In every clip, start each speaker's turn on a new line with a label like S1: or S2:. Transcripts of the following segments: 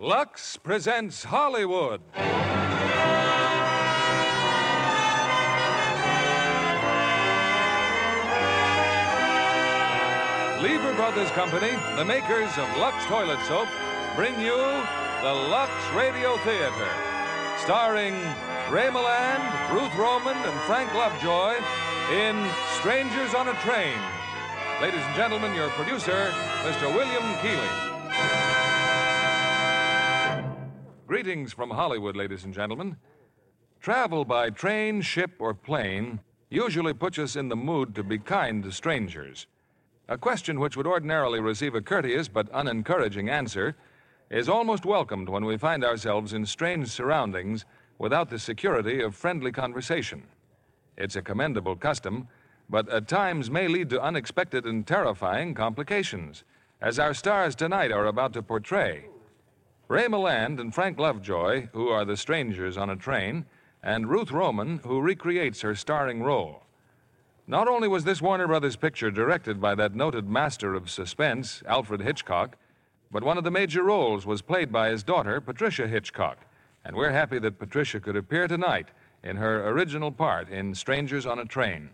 S1: Lux presents Hollywood. Lever Brothers Company, the makers of Lux Toilet Soap, bring you the Lux Radio Theater. Starring Ray Milland, Ruth Roman, and Frank Lovejoy in Strangers on a Train. Ladies and gentlemen, your producer, Mr. William Keeley. Greetings from Hollywood, ladies and gentlemen. Travel by train, ship, or plane usually puts us in the mood to be kind to strangers. A question which would ordinarily receive a courteous but unencouraging answer is almost welcomed when we find ourselves in strange surroundings without the security of friendly conversation. It's a commendable custom, but at times may lead to unexpected and terrifying complications, as our stars tonight are about to portray. Ray Milland and Frank Lovejoy, who are the strangers on a train, and Ruth Roman, who recreates her starring role. Not only was this Warner Brothers picture directed by that noted master of suspense, Alfred Hitchcock, but one of the major roles was played by his daughter, Patricia Hitchcock, and we're happy that Patricia could appear tonight in her original part in Strangers on a Train.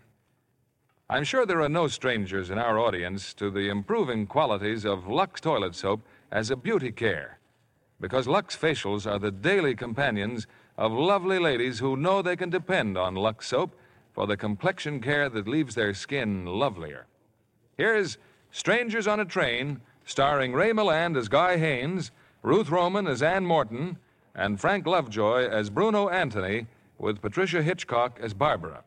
S1: I'm sure there are no strangers in our audience to the improving qualities of Lux Toilet Soap as a beauty care because Lux facials are the daily companions of lovely ladies who know they can depend on Lux soap for the complexion care that leaves their skin lovelier. Here's Strangers on a Train, starring Ray Milland as Guy Haynes, Ruth Roman as Ann Morton, and Frank Lovejoy as Bruno Anthony, with Patricia Hitchcock as Barbara.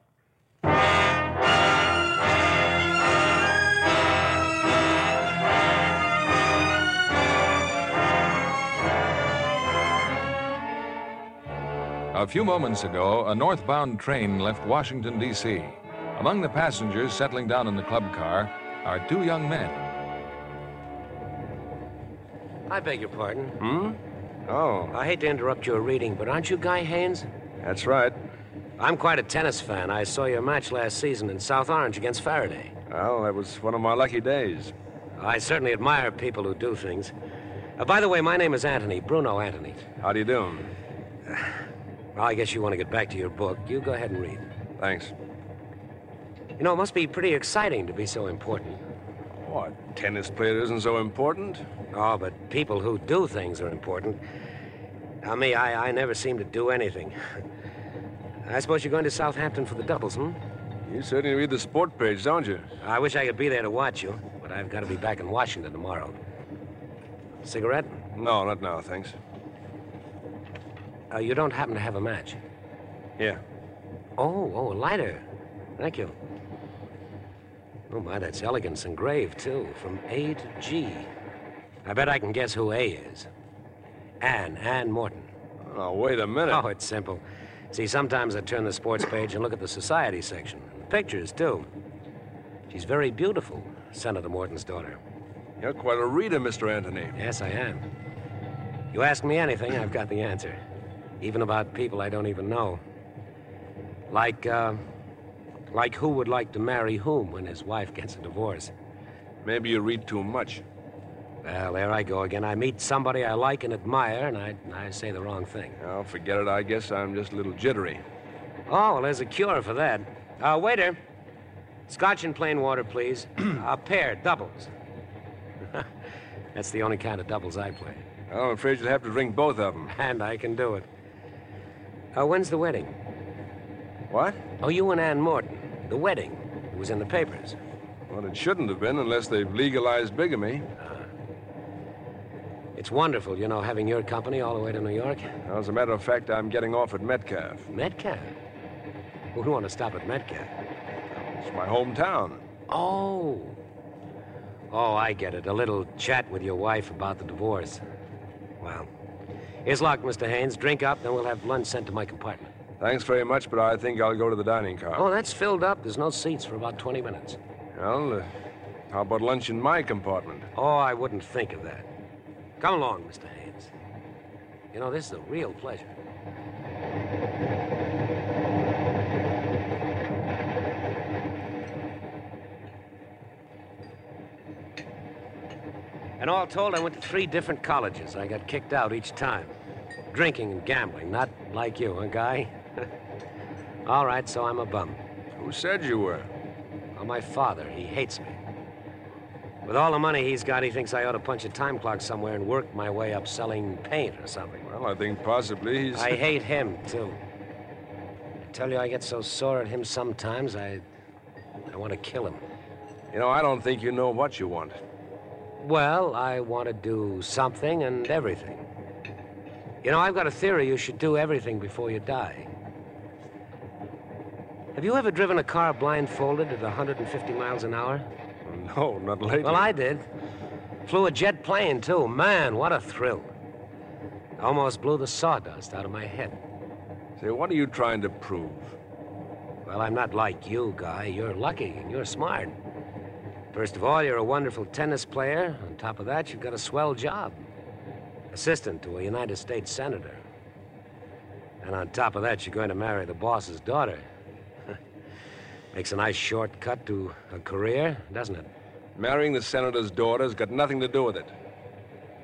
S1: A few moments ago, a northbound train left Washington, D.C. Among the passengers settling down in the club car are two young men.
S2: I beg your pardon.
S3: Oh,
S2: I hate to interrupt your reading, but aren't you Guy Haynes?
S3: that's right.
S2: I'm quite a tennis fan. I saw your match last season in South Orange against Faraday.
S3: Well, that was one of my lucky days.
S2: I certainly admire people who do things. Uh, by the way, my name is Anthony, Bruno Anthony.
S3: How do you do?
S2: Well, I guess you want to get back to your book. You go ahead and read.
S3: Thanks.
S2: You know, it must be pretty exciting to be so important.
S3: What? Tennis player isn't so important?
S2: Oh, but people who do things are important. Now, me, I, I never seem to do anything. I suppose you're going to Southampton for the doubles, hmm?
S3: You certainly read the sport page, don't you?
S2: I wish I could be there to watch you, but I've got to be back in Washington tomorrow. Cigarette?
S3: No, not now, thanks.
S2: Uh, you don't happen to have a match.
S3: Yeah.
S2: Oh, oh, a lighter. Thank you. Oh, my, that's elegance and grave, too. From A to G. I bet I can guess who A is. Anne, Anne Morton.
S3: Oh, wait a minute.
S2: Oh, it's simple. See, sometimes I turn the sports page and look at the society section. The pictures, too. She's very beautiful, Senator Morton's daughter.
S3: You're quite a reader, Mr. Anthony.
S2: Yes, I am. You ask me anything, I've got the answer. Even about people I don't even know. Like, uh, like who would like to marry whom when his wife gets a divorce?
S3: Maybe you read too much.
S2: Well, there I go again. I meet somebody I like and admire, and I, I say the wrong thing.
S3: Oh, forget it. I guess I'm just a little jittery.
S2: Oh, well, there's a cure for that. Uh, waiter, scotch and plain water, please. a pair, doubles. That's the only kind of doubles I play.
S3: Well, I'm afraid you'll have to drink both of them.
S2: And I can do it. Uh, when's the wedding?
S3: What?
S2: Oh, you and Ann Morton. The wedding. It was in the papers.
S3: Well, it shouldn't have been unless they've legalized bigamy.
S2: Uh-huh. It's wonderful, you know, having your company all the way to New York.
S3: Now, as a matter of fact, I'm getting off at Metcalf.
S2: Metcalf. Who'd want to stop at Metcalf?
S3: It's my hometown.
S2: Oh. Oh, I get it. A little chat with your wife about the divorce. Well, here's luck, Mr. Haynes. Drink up, then we'll have lunch sent to my compartment.
S3: Thanks very much, but I think I'll go to the dining car.
S2: Oh, that's filled up. There's no seats for about 20 minutes.
S3: Well, uh, how about lunch in my compartment?
S2: Oh, I wouldn't think of that. Come along, Mr. Haynes. You know, this is a real pleasure. And all told, I went to three different colleges. I got kicked out each time. Drinking and gambling, not like you, huh, Guy? all right, so I'm a bum.
S3: Who said you were?
S2: Well, my father, he hates me. With all the money he's got, he thinks I ought to punch a time clock somewhere and work my way up selling paint or something.
S3: Well, I think possibly he's.
S2: I hate him, too. I tell you, I get so sore at him sometimes, I. I want to kill him.
S3: You know, I don't think you know what you want.
S2: Well, I want to do something and everything. You know, I've got a theory you should do everything before you die. Have you ever driven a car blindfolded at 150 miles an hour?
S3: No, not lately.
S2: Well, I did. Flew a jet plane, too. Man, what a thrill. Almost blew the sawdust out of my head.
S3: Say, what are you trying to prove?
S2: Well, I'm not like you, Guy. You're lucky and you're smart. First of all, you're a wonderful tennis player. On top of that, you've got a swell job assistant to a United States senator. And on top of that, you're going to marry the boss's daughter. Makes a nice shortcut to a career, doesn't it?
S3: Marrying the senator's daughter's got nothing to do with it.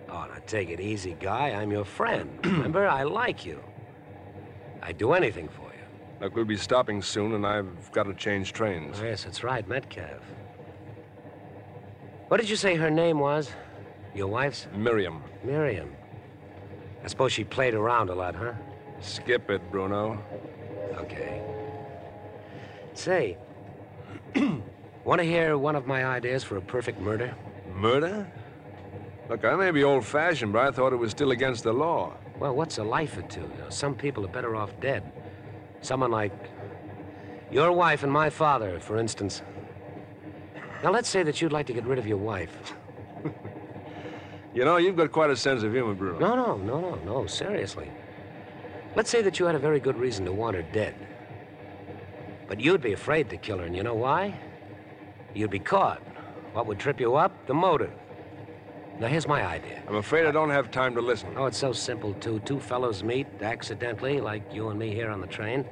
S2: Oh, now take it easy, guy. I'm your friend. Remember, I like you. I'd do anything for you.
S3: Look, we'll be stopping soon, and I've got to change trains.
S2: Oh, yes, that's right, Metcalf. What did you say her name was? Your wife's?
S3: Miriam,
S2: Miriam. I suppose she played around a lot, huh?
S3: skip it, Bruno.
S2: Okay. Say, want to hear one of my ideas for a perfect murder?
S3: Murder? Look, I may be old fashioned, but I thought it was still against the law.
S2: Well, what's a life or two? You know, some people are better off dead. Someone like your wife and my father, for instance. Now, let's say that you'd like to get rid of your wife.
S3: You know, you've got quite a sense of humor, Bruno.
S2: No, no, no, no, no, seriously. Let's say that you had a very good reason to want her dead. But you'd be afraid to kill her, and you know why? You'd be caught. What would trip you up? The motive. Now, here's my idea.
S3: I'm afraid I don't have time to listen.
S2: Oh, it's so simple, too. Two fellows meet accidentally, like you and me here on the train.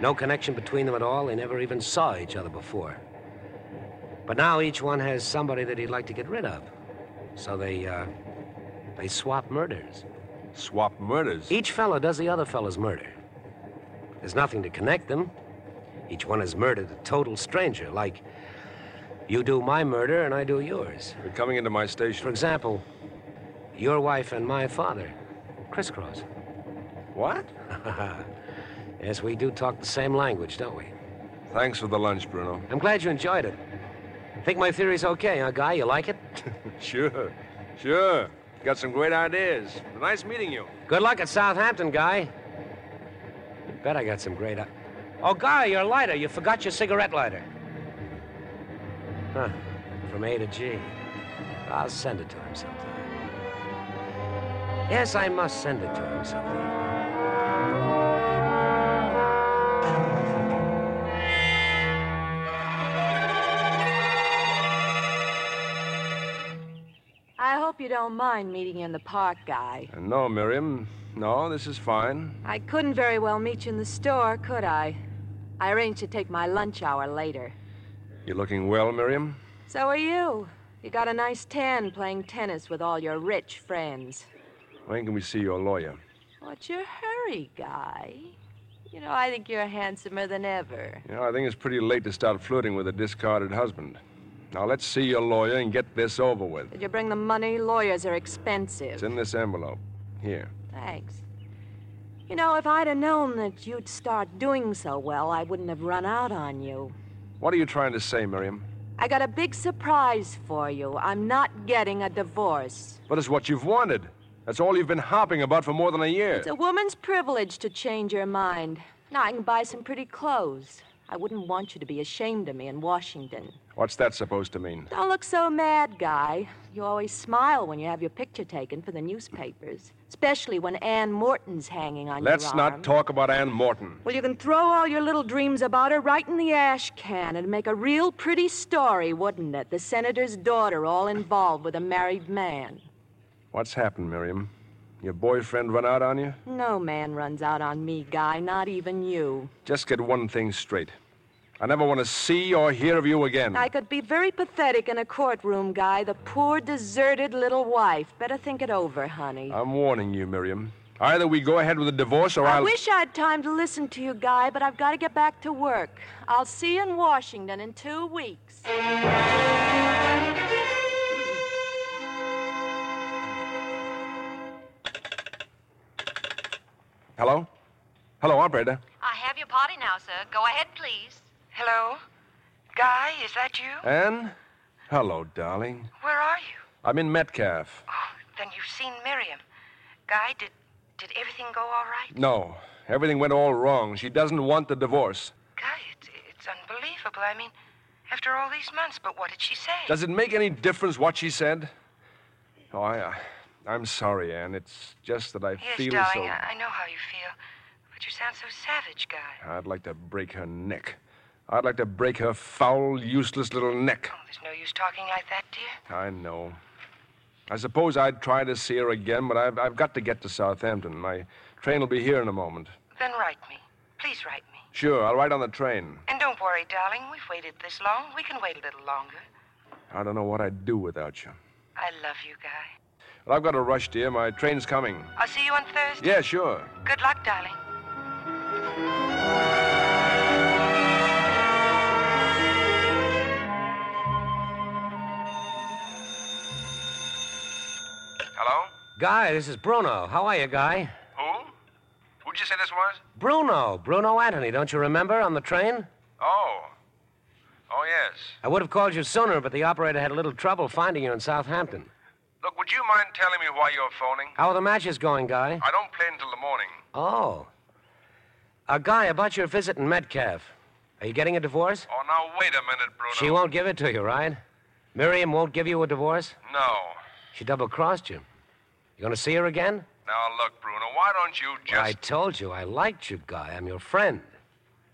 S2: No connection between them at all. They never even saw each other before. But now each one has somebody that he'd like to get rid of. So they, uh, they swap murders.
S3: Swap murders.
S2: Each fellow does the other fellow's murder. There's nothing to connect them. Each one has murdered a total stranger, like you do my murder and I do yours.
S3: You're coming into my
S2: For
S3: station.
S2: example, your wife and my father, crisscross.
S3: What?
S2: Yes, we do talk the same language, don't we?
S3: Thanks for the lunch, Bruno.
S2: I'm glad you enjoyed it. Think my theory's okay, huh, Guy? You like it?
S3: Sure, sure. Got some great ideas. Nice meeting you.
S2: Good luck at Southampton, Guy. Bet I got some great. I- oh, Guy, your lighter. You forgot your cigarette lighter. Huh. From A to G. I'll send it to him sometime. Yes, I must send it to him sometime.
S4: I hope hope you don't mind meeting you in the park, Guy.
S3: Uh, No, Miriam. No, this is fine.
S4: I couldn't very well meet you in the store, could I? I arranged to take my lunch hour later.
S3: You're looking well, Miriam.
S4: So are you. You got a nice tan playing tennis with all your rich friends.
S3: When can we see your lawyer?
S4: What's your hurry, Guy? You know, I think you're handsomer than ever.
S3: You know, I think it's pretty late to start flirting with a discarded husband. Now let's see your lawyer and get this over with.
S4: Did you bring the money? Lawyers are expensive.
S3: It's in this envelope. Here.
S4: Thanks. You know, if I'd have known that you'd start doing so well, I wouldn't have run out on you.
S3: What are you trying to say, Miriam?
S4: I got a big surprise for you. I'm not getting a divorce.
S3: But it's what you've wanted. That's all you've been harping about for more than a year.
S4: It's a woman's privilege to change her mind. Now I can buy some pretty clothes. I wouldn't want you to be ashamed of me in Washington.
S3: What's that supposed to mean?
S4: Don't look so mad, Guy. You always smile when you have your picture taken for the newspapers, especially when Ann Morton's hanging on
S3: Let's
S4: your arm.
S3: not talk about Ann Morton.
S4: Well, you can throw all your little dreams about her right in the ash can and make a real pretty story, wouldn't it? The senator's daughter all involved with a married man.
S3: What's happened, Miriam? Your boyfriend run out on you?
S4: No man runs out on me, Guy, not even you.
S3: Just get one thing straight. I never want to see or hear of you again.
S4: I could be very pathetic in a courtroom, Guy, the poor, deserted little wife. Better think it over, honey.
S3: I'm warning you, Miriam. Either we go ahead with a divorce or
S4: I
S3: will
S4: wish I had time to listen to you, Guy, but I've got to get back to work. I'll see you in Washington in two weeks.
S3: Hello? Hello, operator.
S5: I have your party now, sir. Go ahead, please.
S6: Hello? Guy, is that you?
S3: Ann? Hello, darling.
S6: Where are you?
S3: I'm in Metcalf.
S6: Oh, then you've seen Miriam. Guy, did did everything go all right?
S3: No, everything went all wrong. She doesn't want the divorce.
S6: Guy, it's it's unbelievable. I mean, after all these months, but what did she say?
S3: Does it make any difference what she said? Oh, I, uh, I'm sorry, Ann. It's just that I
S6: yes,
S3: feel
S6: darling,
S3: so.
S6: I, I know how you feel. But you sound so savage, Guy.
S3: I'd like to break her neck. I'd like to break her foul, useless little neck.
S6: Oh, there's no use talking like that, dear.
S3: I know. I suppose I'd try to see her again, but I've, I've got to get to Southampton. My train will be here in a moment.
S6: Then write me. Please write me.
S3: Sure, I'll ride on the train.
S6: And don't worry, darling. We've waited this long. We can wait a little longer.
S3: I don't know what I'd do without you.
S6: I love you, Guy.
S3: Well, I've got to rush, dear. My train's coming.
S6: I'll see you on Thursday.
S3: Yeah, sure.
S6: Good luck, darling.
S3: Hello?
S2: Guy, this is Bruno. How are you, Guy?
S3: Who? Who'd you say this was?
S2: Bruno. Bruno Anthony, don't you remember? On the train?
S3: Oh. Oh, yes.
S2: I would have called you sooner, but the operator had a little trouble finding you in Southampton.
S3: Look, would you mind telling me why you're phoning?
S2: How are the matches going, Guy?
S3: I don't play until the morning.
S2: Oh. Uh, Guy, about your visit in Metcalf. Are you getting a divorce?
S3: Oh, now, wait a minute, Bruno.
S2: She won't give it to you, right? Miriam won't give you a divorce?
S3: No.
S2: She double crossed you. You gonna see her again?
S3: Now, look, Bruno, why don't you just.
S2: I told you I liked you, Guy. I'm your friend.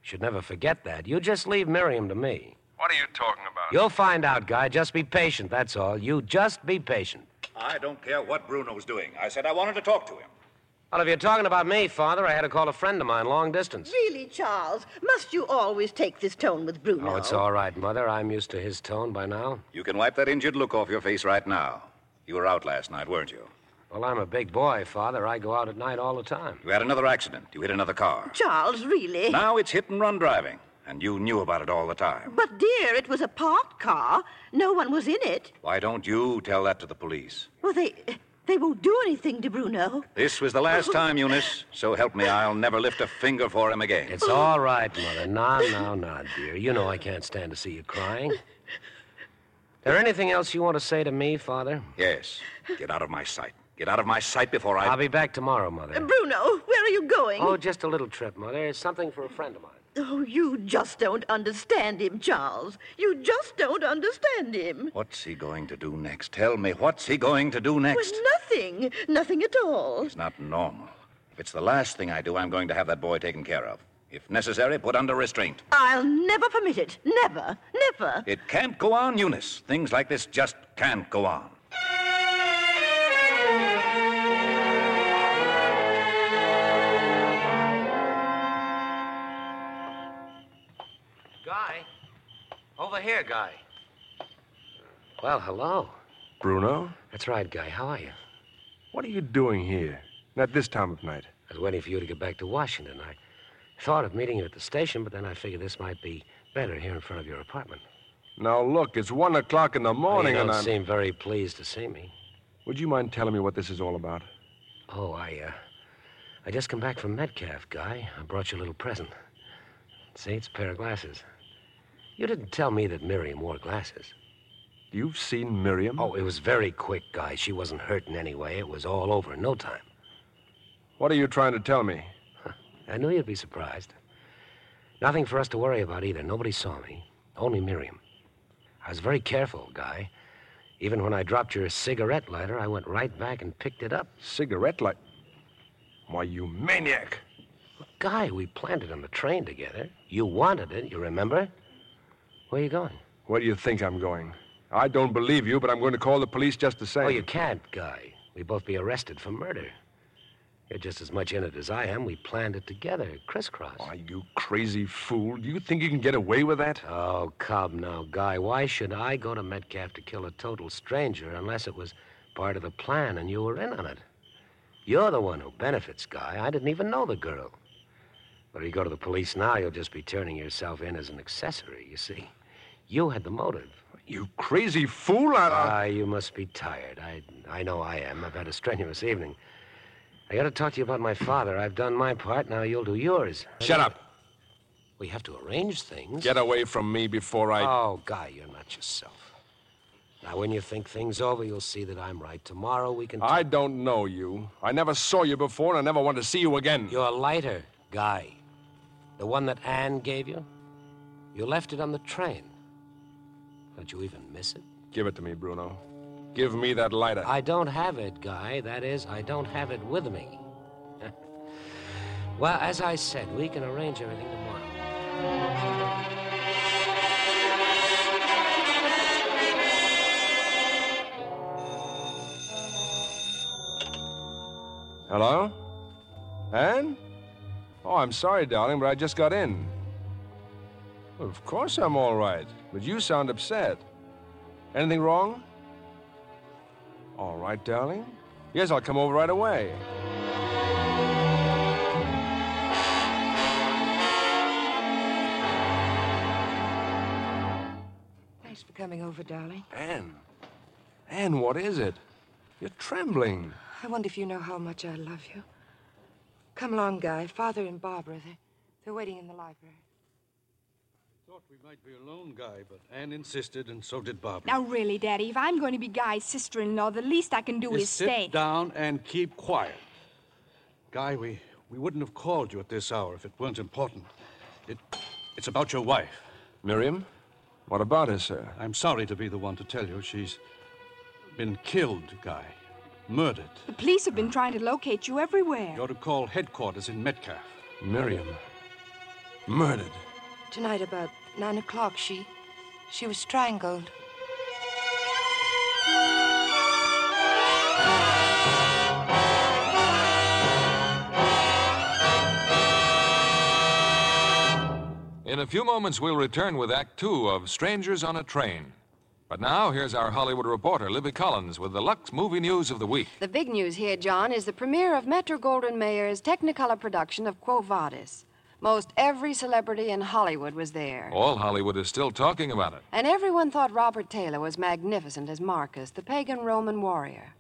S2: Should never forget that. You just leave Miriam to me.
S3: What are you talking about?
S2: You'll find out, Guy. Just be patient, that's all. You just be patient.
S7: I don't care what Bruno's doing. I said I wanted to talk to him.
S2: Well, if you're talking about me, Father, I had to call a friend of mine long distance.
S8: Really, Charles, must you always take this tone with Bruno?
S2: Oh, it's all right, Mother. I'm used to his tone by now.
S7: You can wipe that injured look off your face right now. You were out last night, weren't you?
S2: Well, I'm a big boy, Father. I go out at night all the time.
S7: You had another accident. You hit another car.
S8: Charles, really.
S7: Now it's hit and run driving, and you knew about it all the time.
S8: But, dear, it was a parked car. No one was in it.
S7: Why don't you tell that to the police?
S8: Well, they they won't do anything to Bruno.
S7: This was the last time, Eunice. So help me, I'll never lift a finger for him again.
S2: It's all right, Mother. No, no, no, dear. You know I can't stand to see you crying. There anything else you want to say to me, Father?
S7: Yes. Get out of my sight. Get out of my sight before I.
S2: I'll be back tomorrow, Mother.
S8: Bruno, where are you going?
S2: Eh. Oh, just a little trip, Mother. It's something for a friend of mine.
S8: Oh, you just don't understand him, Charles. You just don't understand him.
S7: What's he going to do next? Tell me, what's he going to do next?
S8: Well, nothing. Nothing at all.
S7: It's not normal. If it's the last thing I do, I'm going to have that boy taken care of. If necessary, put under restraint.
S8: I'll never permit it. Never. Never.
S7: It can't go on, Eunice. Things like this just can't go on.
S9: hair guy.
S2: Well, hello.
S3: Bruno?
S2: That's right, Guy. How are you?
S3: What are you doing here? Not this time of night.
S2: I was waiting for you to get back to Washington. I thought of meeting you at the station, but then I figured this might be better here in front of your apartment.
S3: Now, look, it's one o'clock in the morning,
S2: you don't
S3: and I'm.
S2: seem very pleased to see me.
S3: Would you mind telling me what this is all about?
S2: Oh, I, uh, I just come back from Metcalf, Guy. I brought you a little present. See, it's a pair of glasses. You didn't tell me that Miriam wore glasses.
S3: You've seen Miriam?
S2: Oh, it was very quick, Guy. She wasn't hurt in any way. It was all over in no time.
S3: What are you trying to tell me?
S2: I knew you'd be surprised. Nothing for us to worry about either. Nobody saw me, only Miriam. I was very careful, Guy. Even when I dropped your cigarette lighter, I went right back and picked it up.
S3: Cigarette light? Why, you maniac!
S2: Guy, we planned it on the train together. You wanted it, you remember? Where are you going?
S3: Where do you think I'm going? I don't believe you, but I'm going to call the police just the same.
S2: Oh, you can't, Guy. We'd both be arrested for murder. You're just as much in it as I am. We planned it together, crisscross.
S3: Why, you crazy fool. Do you think you can get away with that?
S2: Oh, come now, Guy. Why should I go to Metcalf to kill a total stranger unless it was part of the plan and you were in on it? You're the one who benefits, Guy. I didn't even know the girl. But if you go to the police now, you'll just be turning yourself in as an accessory, you see. You had the motive.
S3: You crazy fool. I...
S2: Guy, Ah, you must be tired. I, I know I am. I've had a strenuous evening. I gotta talk to you about my father. I've done my part, now you'll do yours.
S3: Shut up.
S2: We have to arrange things.
S3: Get away from me before I.
S2: Oh, Guy, you're not yourself. Now, when you think things over, you'll see that I'm right. Tomorrow we can.
S3: I don't know you. I never saw you before, and I never want to see you again.
S2: Your lighter, Guy. The one that Anne gave you? You left it on the train. Don't you even miss it?
S3: Give it to me, Bruno. Give me that lighter.
S2: I don't have it, Guy. That is, I don't have it with me. well, as I said, we can arrange everything tomorrow.
S3: Hello? Anne? Oh, I'm sorry, darling, but I just got in. Well, of course I'm all right, but you sound upset. Anything wrong? All right, darling. Yes, I'll come over right away.
S6: Thanks for coming over, darling.
S3: Anne. Anne, what is it? You're trembling.
S6: I wonder if you know how much I love you. Come along, Guy. Father and Barbara, they're, they're waiting in the library.
S10: Thought we might be alone, Guy, but Anne insisted, and so did Barbara.
S11: Now, really, Daddy, if I'm going to be Guy's sister in law, the least I can do
S10: Just
S11: is stay.
S10: sit down and keep quiet. Guy, we, we wouldn't have called you at this hour if it weren't important. It, it's about your wife.
S3: Miriam? What about her, sir?
S10: I'm sorry to be the one to tell you. She's been killed, Guy. Murdered.
S11: The police have been trying to locate you everywhere.
S10: You're to call headquarters in Metcalf.
S3: Miriam. Murdered.
S6: Tonight, about nine o'clock, she. she was strangled.
S1: In a few moments, we'll return with Act Two of Strangers on a Train. But now, here's our Hollywood reporter, Libby Collins, with the Lux movie news of the week.
S12: The big news here, John, is the premiere of Metro Goldwyn Mayer's Technicolor production of Quo Vadis. Most every celebrity in Hollywood was there.
S1: All Hollywood is still talking about it.
S12: And everyone thought Robert Taylor was magnificent as Marcus, the pagan Roman warrior.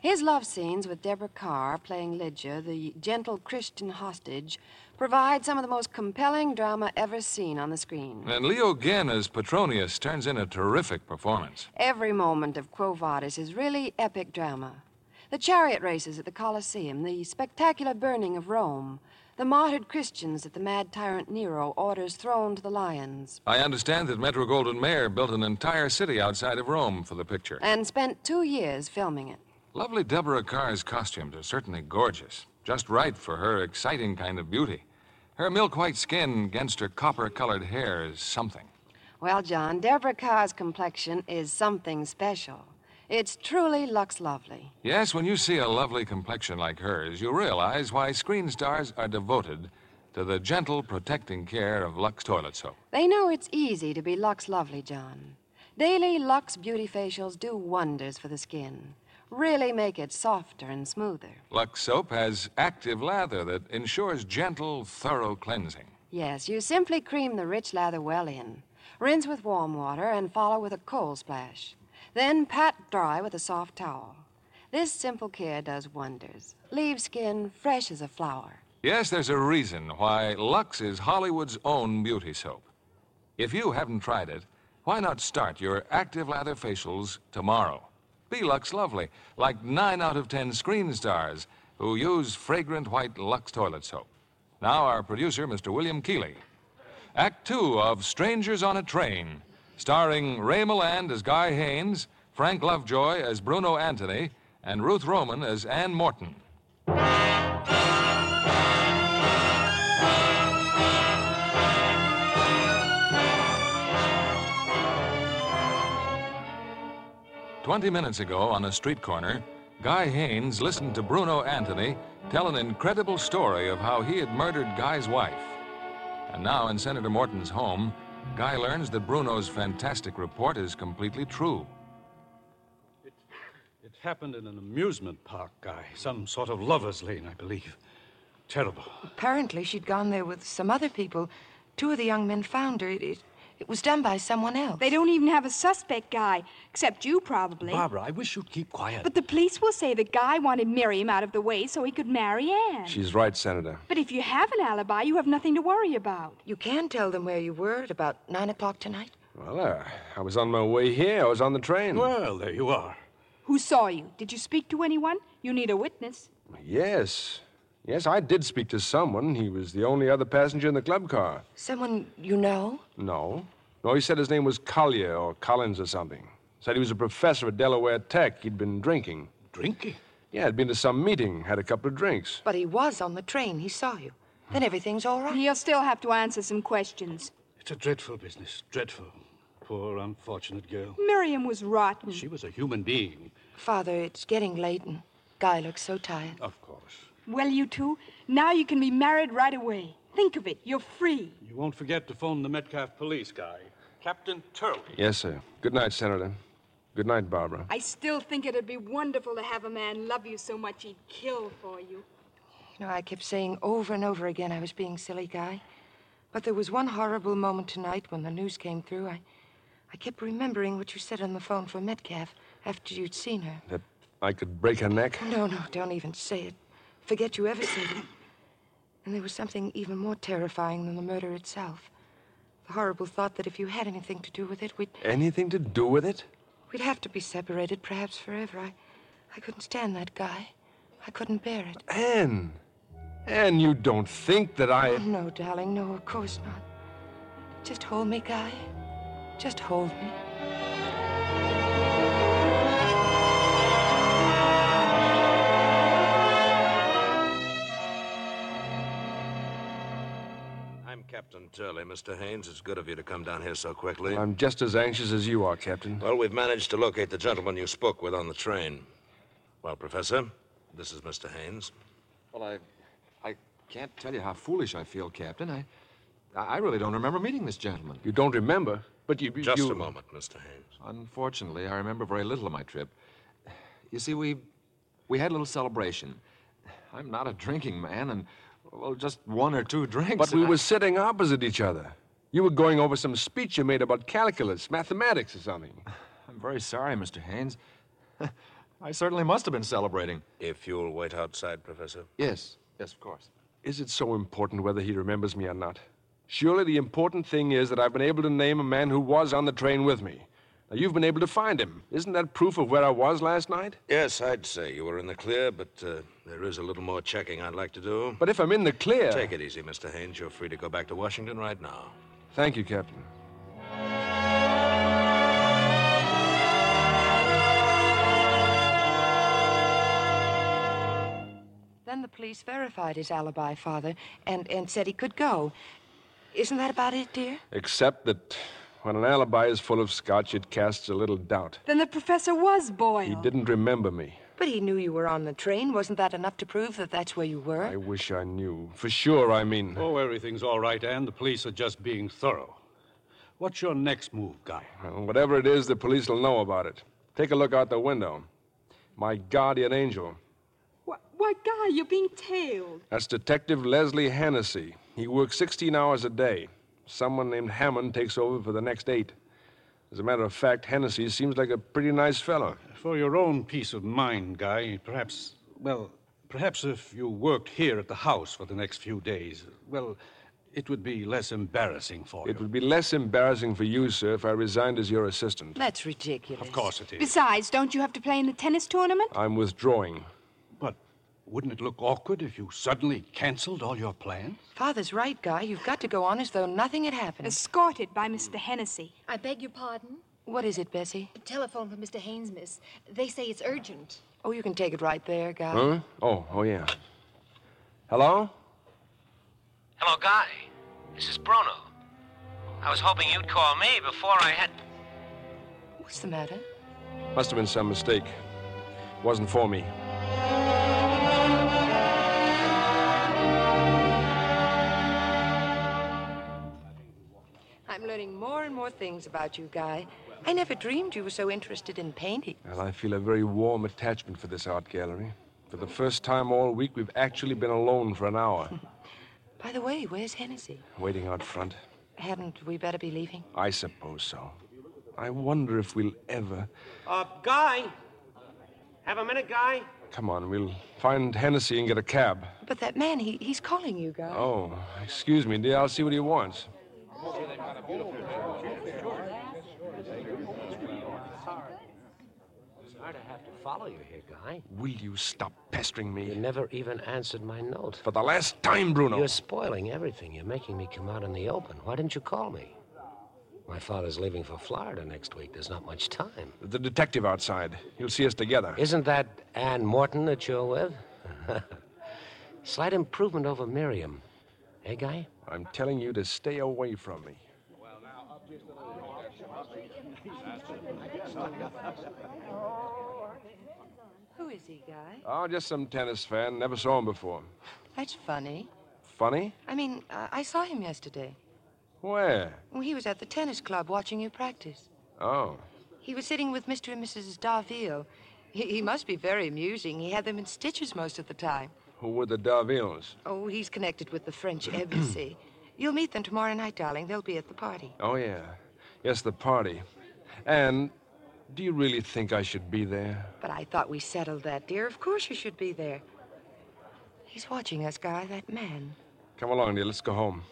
S12: His love scenes with Deborah Carr playing Lydia, the gentle Christian hostage, provide some of the most compelling drama ever seen on the screen.
S1: And Leo Ginn as Petronius turns in a terrific performance.
S12: Every moment of Quo Vadis is really epic drama. The chariot races at the Colosseum, the spectacular burning of Rome, the martyred Christians that the mad tyrant Nero orders thrown to the lions,
S1: I understand that Metro Goldwyn Mayer built an entire city outside of Rome for the picture.
S12: and spent two years filming it.
S1: Lovely Deborah Carr's costumes are certainly gorgeous, just right for her exciting kind of beauty. Her milk white skin against her copper colored hair is something.
S12: Well, John, Deborah Carr's complexion is something special. It's truly Lux Lovely.
S1: Yes, when you see a lovely complexion like hers, you realize why screen stars are devoted to the gentle, protecting care of Lux Toilet Soap.
S12: They know it's easy to be Lux Lovely, John. Daily Lux Beauty Facials do wonders for the skin, really make it softer and smoother.
S1: Lux Soap has active lather that ensures gentle, thorough cleansing.
S12: Yes, you simply cream the rich lather well in, rinse with warm water, and follow with a cold splash. Then pat dry with a soft towel. This simple care does wonders. Leaves skin fresh as a flower.
S1: Yes, there's a reason why Lux is Hollywood's own beauty soap. If you haven't tried it, why not start your active lather facials tomorrow? Be Lux Lovely, like 9 out of 10 screen stars who use fragrant white Lux toilet soap. Now, our producer, Mr. William Keeley. Act two of Strangers on a Train, starring Ray Milland as Guy Haynes, Frank Lovejoy as Bruno Anthony, and Ruth Roman as Ann Morton. Twenty minutes ago, on a street corner, Guy Haynes listened to Bruno Anthony tell an incredible story of how he had murdered Guy's wife. And now, in Senator Morton's home, Guy learns that Bruno's fantastic report is completely true.
S10: It happened in an amusement park, Guy. Some sort of lover's lane, I believe. Terrible.
S6: Apparently, she'd gone there with some other people. Two of the young men found her. It, it, it was done by someone else.
S11: They don't even have a suspect guy, except you, probably.
S10: Barbara, I wish you'd keep quiet.
S11: But the police will say the guy wanted Miriam out of the way so he could marry Anne.
S3: She's right, Senator.
S11: But if you have an alibi, you have nothing to worry about.
S6: You can tell them where you were at about nine o'clock tonight.
S3: Well, uh, I was on my way here. I was on the train.
S10: Well, there you are.
S11: Who saw you? Did you speak to anyone? You need a witness.
S3: Yes. Yes, I did speak to someone. He was the only other passenger in the club car.
S6: Someone you know?
S3: No. No, he said his name was Collier or Collins or something. Said he was a professor at Delaware Tech. He'd been drinking.
S10: Drinking?
S3: Yeah, had been to some meeting, had a couple of drinks.
S6: But he was on the train. He saw you. Then everything's all right.
S11: You'll still have to answer some questions.
S10: It's a dreadful business. Dreadful. Poor, unfortunate girl.
S11: Miriam was rotten.
S10: She was a human being.
S6: Father, it's getting late, and Guy looks so tired.
S10: Of course.
S11: Well, you two, now you can be married right away. Think of it. You're free.
S10: You won't forget to phone the Metcalf police guy, Captain Turley.
S3: Yes, sir. Good night, Senator. Good night, Barbara.
S11: I still think it'd be wonderful to have a man love you so much he'd kill for you.
S6: You know, I kept saying over and over again I was being silly, Guy. But there was one horrible moment tonight when the news came through. I, I kept remembering what you said on the phone for Metcalf after you'd seen her.
S3: That I could break her neck?
S6: No, no, don't even say it. Forget you ever said it. And there was something even more terrifying than the murder itself. The horrible thought that if you had anything to do with it, we'd
S3: Anything to do with it?
S6: we'd have to be separated, perhaps forever. I I couldn't stand that guy. I couldn't bear it.
S3: Anne! Anne, you don't think that I.
S6: No, darling, no, of course not. Just hold me, Guy. Just hold me.
S13: I'm Captain Turley. Mr. Haynes, it's good of you to come down here so quickly.
S3: I'm just as anxious as you are, Captain.
S13: Well, we've managed to locate the gentleman you spoke with on the train. Well, Professor, this is Mr. Haynes.
S14: Well, I, I can't tell you how foolish I feel, Captain. I, I really don't remember meeting this gentleman.
S3: You don't remember, but you.
S13: Just
S3: you-
S13: a moment, Mr. Haynes.
S14: Unfortunately, I remember very little of my trip. You see, we, we had a little celebration. I'm not a drinking man, and well, just one or two drinks.
S3: But we
S14: and I-
S3: were sitting opposite each other. You were going over some speech you made about calculus, mathematics, or something.
S14: I'm very sorry, Mr. Haynes. I certainly must have been celebrating.
S13: If you'll wait outside, Professor.
S14: Yes, yes, of course.
S3: Is it so important whether he remembers me or not? Surely the important thing is that I've been able to name a man who was on the train with me. Now, you've been able to find him. Isn't that proof of where I was last night?
S13: Yes, I'd say you were in the clear, but uh, there is a little more checking I'd like to do.
S3: But if I'm in the clear.
S13: Take it easy, Mr. Haynes. You're free to go back to Washington right now.
S3: Thank you, Captain.
S6: Then the police verified his alibi, Father, and, and said he could go. Isn't that about it, dear?
S3: Except that when an alibi is full of scotch, it casts a little doubt.
S11: Then the professor was
S3: He
S11: Boyle.
S3: didn't remember me.
S6: But he knew you were on the train. Wasn't that enough to prove that that's where you were?
S3: I wish I knew. For sure, I mean.
S10: Oh, everything's all right, Anne. The police are just being thorough. What's your next move, Guy?
S3: Well, whatever it is, the police will know about it. Take a look out the window. My guardian angel.
S11: Why, Guy, you're being tailed.
S3: That's Detective Leslie Hennessy. He works 16 hours a day. Someone named Hammond takes over for the next eight. As a matter of fact, Hennessy seems like a pretty nice fellow.
S10: For your own peace of mind, Guy, perhaps, well, perhaps if you worked here at the house for the next few days, well, it would be less embarrassing for you.
S3: It would be less embarrassing for you, sir, if I resigned as your assistant.
S6: That's ridiculous.
S10: Of course it is.
S11: Besides, don't you have to play in the tennis tournament?
S3: I'm withdrawing.
S10: But wouldn't it look awkward if you suddenly canceled all your plans?
S6: Father's right, Guy. You've got to go on as though nothing had happened.
S11: Escorted by Mr. Hennessy.
S15: I beg your pardon?
S6: What is it, Bessie?
S15: A telephone from Mr. Haynes, miss. They say it's urgent.
S6: Oh, you can take it right there, Guy.
S3: Huh? Oh, oh, yeah. Hello?
S16: Hello, Guy. This is Bruno. I was hoping you'd call me before I had.
S6: What's the matter?
S3: Must have been some mistake. Wasn't for me.
S6: I'm learning more and more things about you, Guy. I never dreamed you were so interested in painting.
S3: Well, I feel a very warm attachment for this art gallery. For the first time all week, we've actually been alone for an hour.
S6: By the way, where's Hennessy?
S3: Waiting out front.
S6: Hadn't we better be leaving?
S3: I suppose so. I wonder if we'll ever.
S17: Uh, Guy? Have a minute, Guy?
S3: Come on, we'll find Hennessy and get a cab.
S6: But that man, he, he's calling you, Guy.
S3: Oh, excuse me, dear. I'll see what he wants.
S2: Sorry to have to follow you here, Guy.
S3: Will you stop pestering
S2: You
S3: me?
S2: never even answered my note.
S3: For the last time, Bruno.
S2: You're spoiling everything. You're making me come out in the open. Why didn't you call me? My father's leaving for Florida next week. There's not much time.
S3: The detective outside. He'll see us together.
S2: Isn't that Ann Morton that you're with? Slight improvement over Miriam. Hey, Guy?
S3: I'm telling you to stay away from me.
S6: Who is he, Guy?
S3: Oh, just some tennis fan. Never saw him before.
S6: That's funny.
S3: Funny?
S6: I mean, uh, I I saw him yesterday.
S3: Where?
S6: Well, he was at the tennis club watching you practice.
S3: Oh.
S6: He was sitting with Mr. and Mrs. Darville. He, he must be very amusing. He had them in stitches most of the time.
S3: Who were the Darvilles?
S6: Oh, he's connected with the French embassy. You'll meet them tomorrow night, darling. They'll be at the party.
S3: Oh, yeah. Yes, the party. And do you really think I should be there?
S6: But I thought we settled that, dear. Of course you should be there. He's watching us, Guy, that man.
S3: Come along, dear. Let's go home.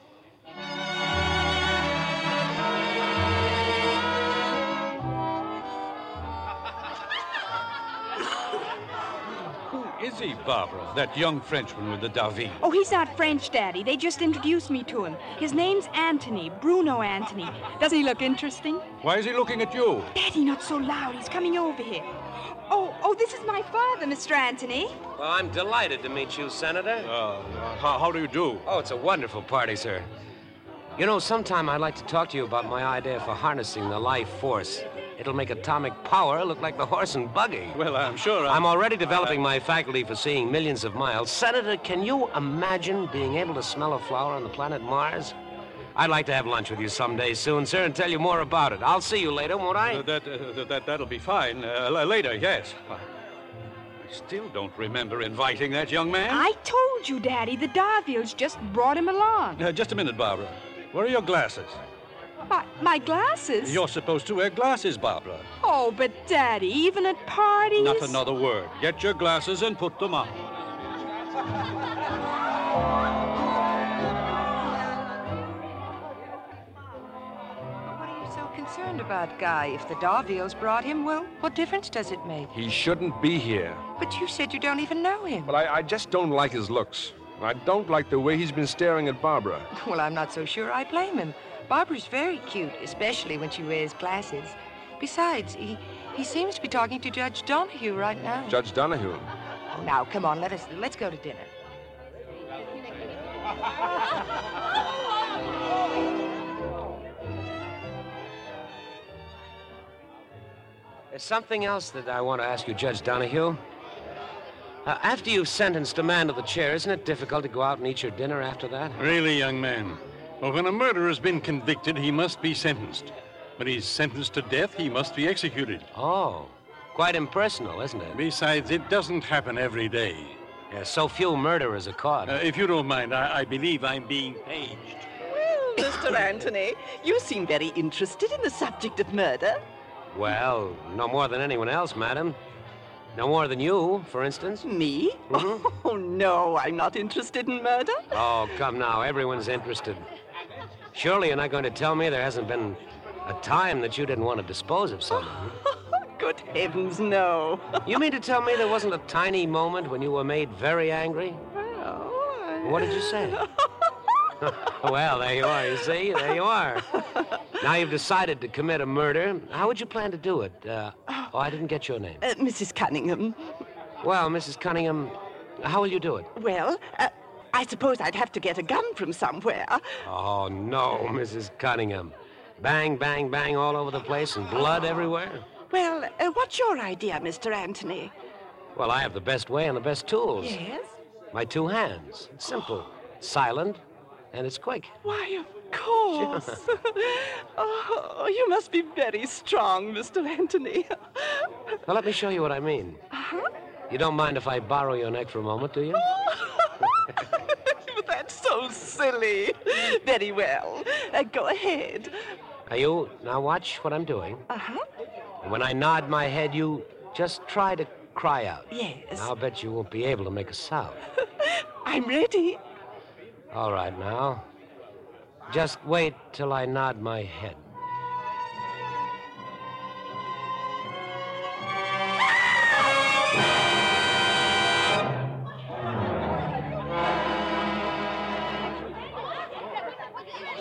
S10: Who is he, Barbara? That young Frenchman with the Davie.
S11: Oh, he's not French, Daddy. They just introduced me to him. His name's Anthony, Bruno Anthony. Doesn't he look interesting?
S10: Why is he looking at you?
S11: Daddy, not so loud. He's coming over here. Oh, oh, this is my father, Mr. Anthony.
S17: Well, I'm delighted to meet you, Senator.
S10: Oh, how, how do you do?
S2: Oh, it's a wonderful party, sir. You know, sometime I'd like to talk to you about my idea for harnessing the life force. It'll make atomic power look like the horse and buggy.
S10: Well, I'm sure I-
S2: I'm already developing my faculty for seeing millions of miles. Senator, can you imagine being able to smell a flower on the planet Mars? I'd like to have lunch with you someday soon, sir, and tell you more about it. I'll see you later, won't I?
S10: Uh, that, uh, that, that'll be fine. Uh, l- later, yes. I I still don't remember inviting that young man.
S11: I told you, Daddy, the Darvilles just brought him along.
S10: Uh, just a minute, Barbara. Where are your glasses?
S11: My, my glasses?
S10: You're supposed to wear glasses, Barbara.
S11: Oh, but Daddy, even at parties?
S10: Not another word. Get your glasses and put them on.
S6: What are you so concerned about, Guy? If the Darvilles brought him, well, what difference does it make?
S3: He shouldn't be here.
S6: But you said you don't even know him.
S3: Well, I, I just don't like his looks. I don't like the way he's been staring at Barbara.
S6: Well, I'm not so sure I blame him. Barbara's very cute, especially when she wears glasses. Besides, he, he seems to be talking to Judge Donahue right now.
S3: Judge Donahue.
S6: Oh, now, come on, let us let's go to dinner.
S2: There's something else that I want to ask you, Judge Donahue. Uh, after you've sentenced a man to the chair, isn't it difficult to go out and eat your dinner after that?
S10: Really, young man. Well, when a murderer's been convicted, he must be sentenced. When he's sentenced to death, he must be executed.
S2: Oh, quite impersonal, isn't it?
S10: Besides, it doesn't happen every day.
S2: Yeah, so few murderers are caught.
S10: Uh, if you don't mind, I, I believe I'm being paged.
S18: Well, Mr. Anthony, you seem very interested in the subject of murder.
S2: Well, no more than anyone else, madam. No more than you, for instance. Mm-hmm.
S18: Me? Oh, no, I'm not interested in murder.
S2: Oh, come now. Everyone's interested. Surely you're not going to tell me there hasn't been a time that you didn't want to dispose of someone.
S18: Good heavens, no.
S2: you mean to tell me there wasn't a tiny moment when you were made very angry?
S18: Well,
S2: What did you say? well, there you are, you see? There you are. Now you've decided to commit a murder. How would you plan to do it? Uh, oh, I didn't get your name.
S18: Uh, Mrs. Cunningham.
S2: Well, Mrs. Cunningham, how will you do it?
S18: Well, uh, I suppose I'd have to get a gun from somewhere.
S2: Oh, no, Mrs. Cunningham. Bang, bang, bang all over the place and blood everywhere.
S18: Well, uh, what's your idea, Mr. Anthony?
S2: Well, I have the best way and the best tools.
S18: Yes?
S2: My two hands. It's simple, silent, and it's quick.
S18: Why, of course. oh, you must be very strong, Mr. Anthony.
S2: Now, let me show you what I mean.
S18: Uh-huh.
S2: You don't mind if I borrow your neck for a moment, do you?
S18: But That's so silly. Very well. Uh, go ahead.
S2: Now, you, now watch what I'm doing.
S18: Uh huh.
S2: And When I nod my head, you just try to cry out.
S18: Yes.
S2: I'll bet you won't be able to make a sound.
S18: I'm ready.
S2: All right, now. Just wait till I nod my head.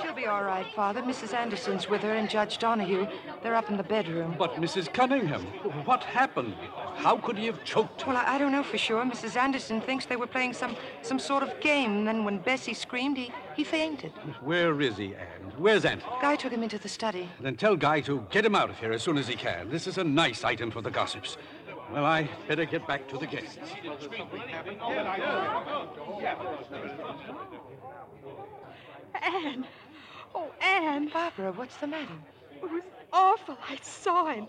S6: She'll be all right, Father. Mrs. Anderson's with her and Judge Donahue. They're up in the bedroom.
S10: But, Mrs. Cunningham, what happened? How could he have choked her?
S6: Well, I, I don't know for sure. Mrs. Anderson thinks they were playing some, some sort of game. And then when Bessie screamed, he, he fainted.
S10: Where is he, Anne? Where's Anthony?
S6: Guy took him into the study.
S10: Then tell Guy to get him out of here as soon as he can. This is a nice item for the gossips. Well, I better get back to the guests.
S11: Anne. Oh, Anne.
S6: Barbara, what's the matter?
S11: It was awful. I saw him.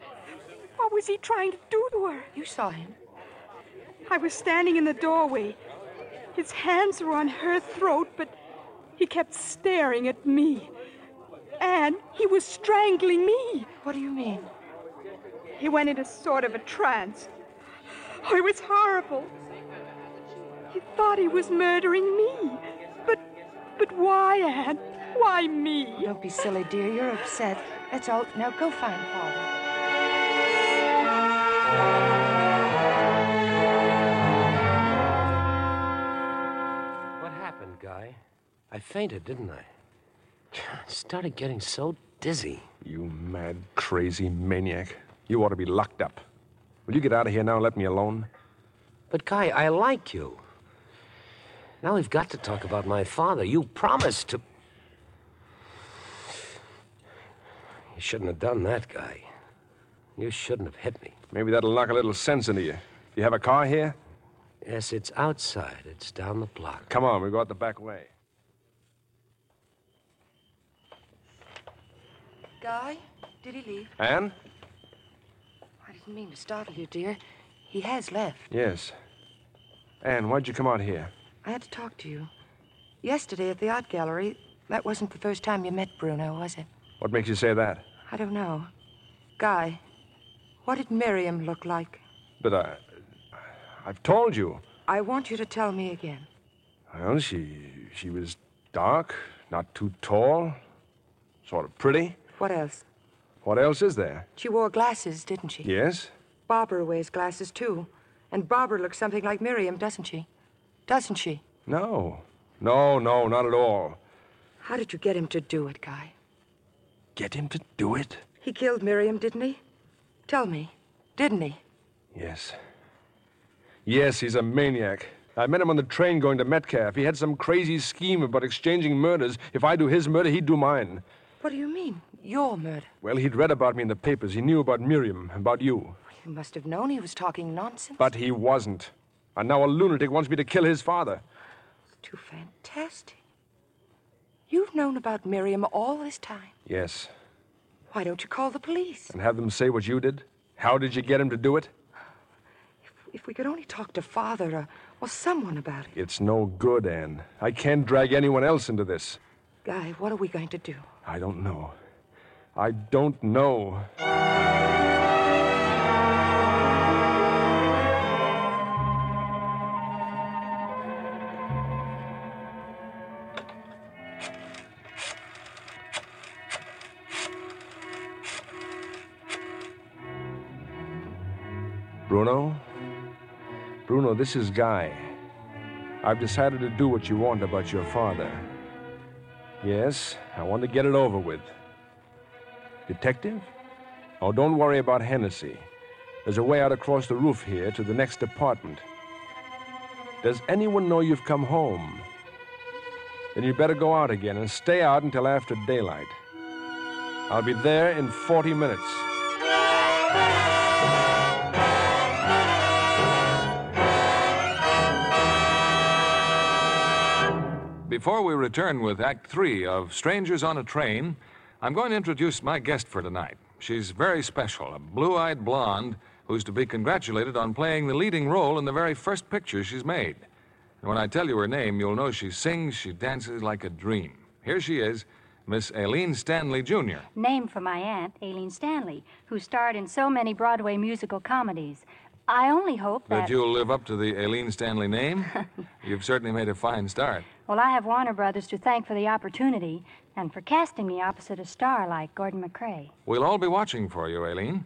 S11: What was he trying to do to her?
S6: You saw him.
S11: I was standing in the doorway. His hands were on her throat, but he kept staring at me. Anne, he was strangling me.
S6: What do you mean?
S11: He went into sort of a trance. Oh, it was horrible. He thought he was murdering me. But but why, Anne? Why me?
S6: Don't be silly, dear. You're upset. That's all. Now go find Father.
S2: What happened, Guy? I fainted, didn't I? I started getting so dizzy.
S3: You mad, crazy maniac. You ought to be locked up. Will you get out of here now and let me alone?
S2: But, Guy, I like you. Now we've got to talk about my father. You promised to. You shouldn't have done that, Guy. You shouldn't have hit me.
S3: Maybe that'll knock a little sense into you. You have a car here?
S2: Yes, it's outside. It's down the block.
S3: Come on, we'll go out the back way.
S6: Guy? Did he leave?
S3: Anne?
S6: I didn't mean to startle you, dear. He has left.
S3: Yes. Anne, why'd you come out here?
S6: I had to talk to you. Yesterday at the art gallery, that wasn't the first time you met Bruno, was it?
S3: What makes you say that?
S6: I don't know. Guy, what did Miriam look like?
S3: But I. I've told you.
S6: I want you to tell me again.
S3: Well, she. she was dark, not too tall, sort of pretty.
S6: What else?
S3: What else is there?
S6: She wore glasses, didn't she?
S3: Yes?
S6: Barbara wears glasses, too. And Barbara looks something like Miriam, doesn't she? Doesn't she?
S3: No. No, no, not at all.
S6: How did you get him to do it, Guy?
S3: Get him to do it?
S6: He killed Miriam, didn't he? Tell me, didn't he?
S3: Yes. Yes, he's a maniac. I met him on the train going to Metcalf. He had some crazy scheme about exchanging murders. If I do his murder, he'd do mine.
S6: What do you mean? Your murder?
S3: Well, he'd read about me in the papers. He knew about Miriam, about you.
S6: You must have known he was talking nonsense.
S3: But he wasn't. And now a lunatic wants me to kill his father.
S6: Too fantastic. You've known about Miriam all this time.
S3: Yes.
S6: Why don't you call the police?
S3: And have them say what you did? How did you get him to do it?
S6: If we could only talk to Father or, or someone about it.
S3: It's no good, Anne. I can't drag anyone else into this.
S6: Guy, what are we going to do?
S3: I don't know. I don't know. Bruno? Bruno, this is Guy. I've decided to do what you want about your father. Yes, I want to get it over with. Detective? Oh, don't worry about Hennessy. There's a way out across the roof here to the next apartment. Does anyone know you've come home? Then you'd better go out again and stay out until after daylight. I'll be there in 40 minutes.
S1: Before we return with Act Three of Strangers on a Train, I'm going to introduce my guest for tonight. She's very special, a blue eyed blonde who's to be congratulated on playing the leading role in the very first picture she's made. And when I tell you her name, you'll know she sings, she dances like a dream. Here she is, Miss Aileen Stanley, Jr.
S19: Named for my aunt, Aileen Stanley, who starred in so many Broadway musical comedies. I only hope that.
S1: That you'll live up to the Aileen Stanley name? You've certainly made a fine start.
S19: Well, I have Warner Brothers to thank for the opportunity and for casting me opposite a star like Gordon McRae.
S1: We'll all be watching for you, Aileen.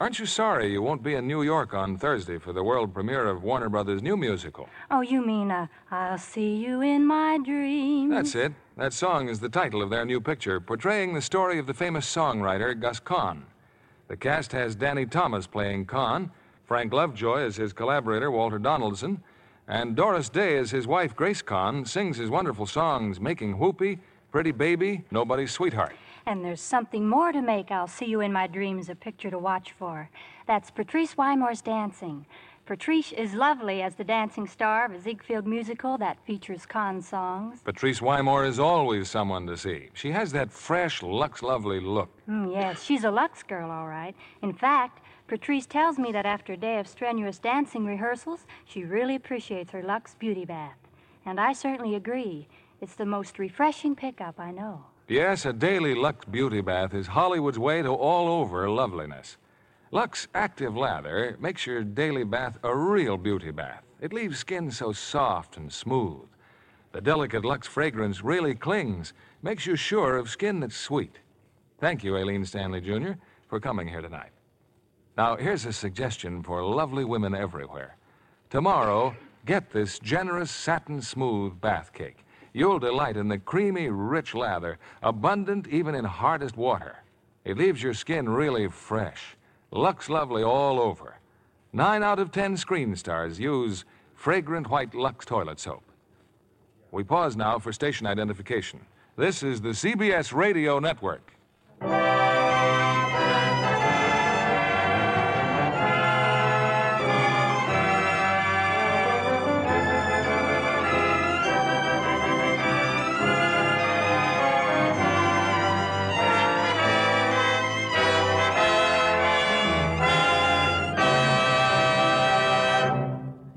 S1: Aren't you sorry you won't be in New York on Thursday for the world premiere of Warner Brothers' new musical?
S19: Oh, you mean, uh, I'll see you in my dreams.
S1: That's it. That song is the title of their new picture, portraying the story of the famous songwriter Gus Kahn. The cast has Danny Thomas playing Kahn, Frank Lovejoy as his collaborator, Walter Donaldson, and Doris Day as his wife, Grace Kahn, sings his wonderful songs Making Whoopee, Pretty Baby, Nobody's Sweetheart.
S19: And there's something more to make I'll See You in My Dreams a picture to watch for. That's Patrice Wymore's dancing. Patrice is lovely as the dancing star of a Ziegfeld musical that features Kahn songs.
S1: Patrice Wymore is always someone to see. She has that fresh, Lux Lovely look.
S19: Mm, yes, she's a Lux girl, all right. In fact, Patrice tells me that after a day of strenuous dancing rehearsals, she really appreciates her Lux beauty bath. And I certainly agree. It's the most refreshing pickup I know.
S1: Yes, a daily Lux beauty bath is Hollywood's way to all over loveliness. Lux Active Lather makes your daily bath a real beauty bath. It leaves skin so soft and smooth. The delicate Lux fragrance really clings, makes you sure of skin that's sweet. Thank you, Aileen Stanley Jr., for coming here tonight. Now, here's a suggestion for lovely women everywhere. Tomorrow, get this generous satin smooth bath cake. You'll delight in the creamy, rich lather, abundant even in hardest water. It leaves your skin really fresh. Lux Lovely all over. Nine out of ten screen stars use fragrant white Lux toilet soap. We pause now for station identification. This is the CBS Radio Network.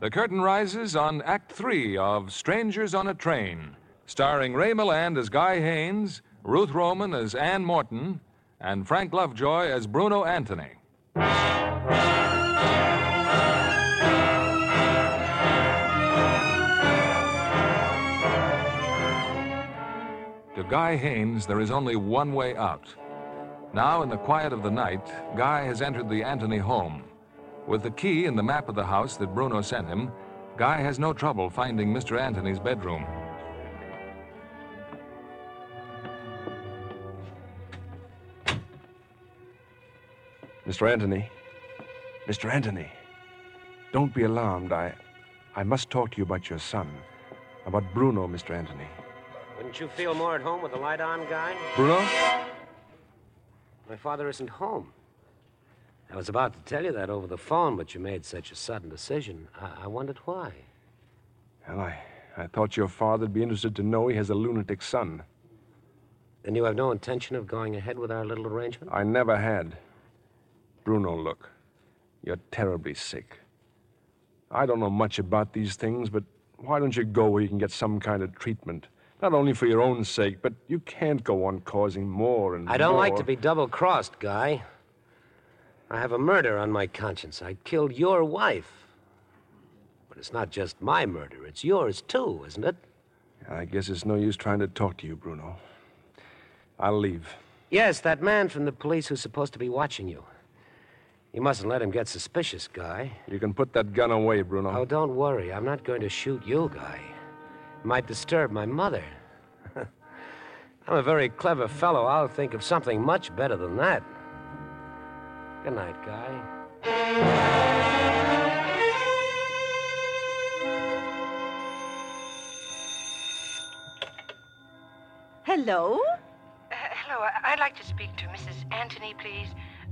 S1: The curtain rises on Act Three of Strangers on a Train, starring Ray Milland as Guy Haynes, Ruth Roman as Ann Morton, and Frank Lovejoy as Bruno Anthony. To Guy Haynes, there is only one way out. Now, in the quiet of the night, Guy has entered the Anthony home. With the key and the map of the house that Bruno sent him, Guy has no trouble finding Mr. Anthony's bedroom.
S3: Mr. Anthony. Mr. Anthony. Don't be alarmed. I. I must talk to you about your son. About Bruno, Mr. Anthony.
S2: Wouldn't you feel more at home with the light on, Guy?
S3: Bruno?
S2: My father isn't home. I was about to tell you that over the phone, but you made such a sudden decision. I, I wondered why.
S3: Well, I, I thought your father'd be interested to know he has a lunatic son.
S2: Then you have no intention of going ahead with our little arrangement?
S3: I never had. Bruno, look, you're terribly sick. I don't know much about these things, but why don't you go where you can get some kind of treatment? Not only for your own sake, but you can't go on causing more and
S2: I don't like
S3: more.
S2: to be double crossed, Guy. I have a murder on my conscience. I killed your wife. But it's not just my murder, it's yours too, isn't it?
S3: I guess it's no use trying to talk to you, Bruno. I'll leave.
S2: Yes, that man from the police who's supposed to be watching you. You mustn't let him get suspicious, Guy.
S3: You can put that gun away, Bruno.
S2: Oh, don't worry. I'm not going to shoot you, Guy. It might disturb my mother. I'm a very clever fellow. I'll think of something much better than that. Good night, Guy.
S16: Hello?
S6: Uh, hello, I- I'd like to speak to Mrs. Anthony, please.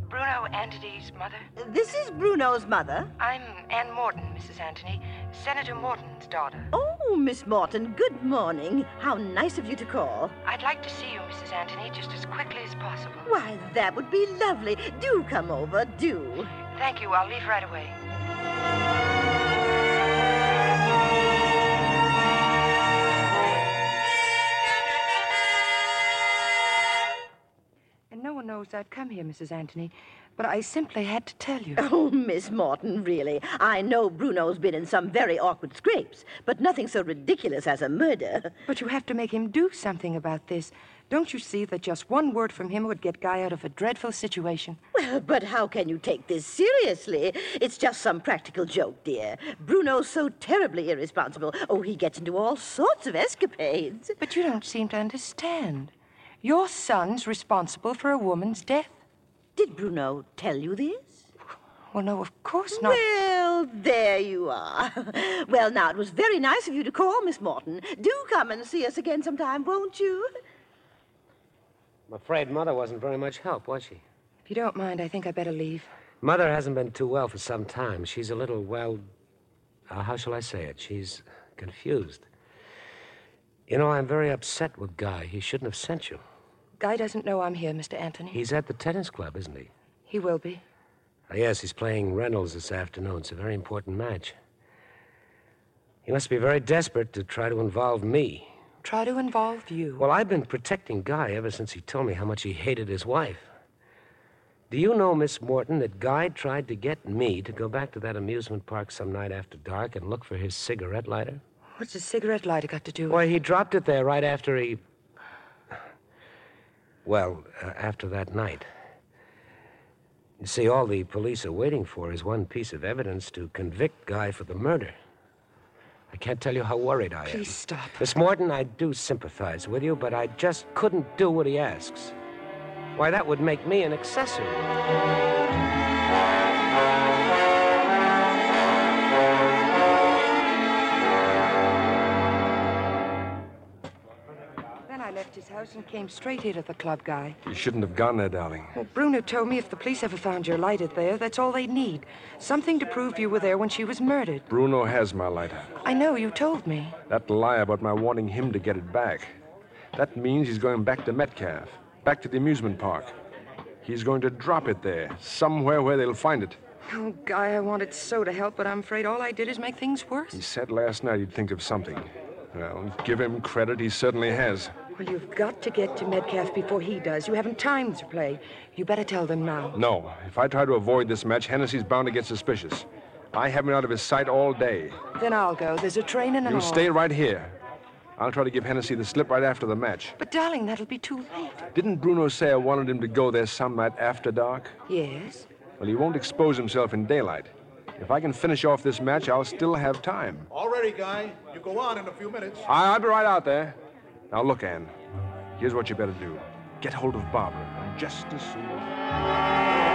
S6: Bruno Antony's mother.
S8: This is Bruno's mother.
S6: I'm Ann Morton, Mrs. Antony, Senator Morton's daughter.
S8: Oh, Miss Morton, good morning. How nice of you to call.
S6: I'd like to see you, Mrs. Antony, just as quickly as possible.
S8: Why, that would be lovely. Do come over, do.
S6: Thank you. I'll leave right away. And no one knows I've come here, Mrs. Antony, but I simply had to tell you.
S8: Oh, Miss Morton, really. I know Bruno's been in some very awkward scrapes, but nothing so ridiculous as a murder.
S6: But you have to make him do something about this. Don't you see that just one word from him would get Guy out of a dreadful situation?
S8: Well, but how can you take this seriously? It's just some practical joke, dear. Bruno's so terribly irresponsible. Oh, he gets into all sorts of escapades.
S6: But you don't seem to understand. Your son's responsible for a woman's death.
S8: Did Bruno tell you this?
S6: Well, Oh, no, of course not.
S8: Well, there you are. Well, now, it was very nice of you to call, Miss Morton. Do come and see us again sometime, won't you?
S2: I'm afraid Mother wasn't very much help, was she?
S6: If you don't mind, I think I better leave.
S2: Mother hasn't been too well for some time. She's a little, well, uh, how shall I say it? She's confused. You know, I'm very upset with Guy. He shouldn't have sent you.
S6: Guy doesn't know I'm here, Mr. Anthony.
S2: He's at the tennis club, isn't he?
S6: He will be.
S2: Ah, yes, he's playing Reynolds this afternoon. It's a very important match. He must be very desperate to try to involve me.
S6: Try to involve you.
S2: Well, I've been protecting Guy ever since he told me how much he hated his wife. Do you know, Miss Morton, that Guy tried to get me to go back to that amusement park some night after dark and look for his cigarette lighter?
S6: What's a cigarette lighter got to do with
S2: Why, he dropped it there right after he. Well, uh, after that night. You see, all the police are waiting for is one piece of evidence to convict Guy for the murder. I can't tell you how worried I am.
S6: Please stop.
S2: Miss Morton, I do sympathize with you, but I just couldn't do what he asks. Why, that would make me an accessory.
S6: Then I left his house and came straight here to the club, Guy.
S3: You shouldn't have gone there, darling.
S6: Well, Bruno told me if the police ever found your lighter there, that's all they need. Something to prove you were there when she was murdered.
S3: Bruno has my lighter.
S6: I know, you told me.
S3: That lie about my wanting him to get it back. That means he's going back to Metcalf, back to the amusement park. He's going to drop it there, somewhere where they'll find it.
S6: Oh, Guy, I wanted so to help, but I'm afraid all I did is make things worse.
S3: He said last night he'd think of something. Well, give him credit, he certainly has.
S6: Well, you've got to get to Medcalf before he does. You haven't time to play. You better tell them now.
S3: No, if I try to avoid this match, Hennessy's bound to get suspicious. I have him out of his sight all day.
S6: Then I'll go. There's a train in an
S3: You
S6: hour.
S3: stay right here. I'll try to give Hennessy the slip right after the match.
S6: But, darling, that'll be too late.
S3: Didn't Bruno say I wanted him to go there some night after dark?
S6: Yes?
S3: Well, he won't expose himself in daylight. If I can finish off this match, I'll still have time.
S20: All ready, Guy. You go on in a few minutes.
S3: I- I'll be right out there. Now, look, Anne. Here's what you better do get hold of Barbara, and just as soon.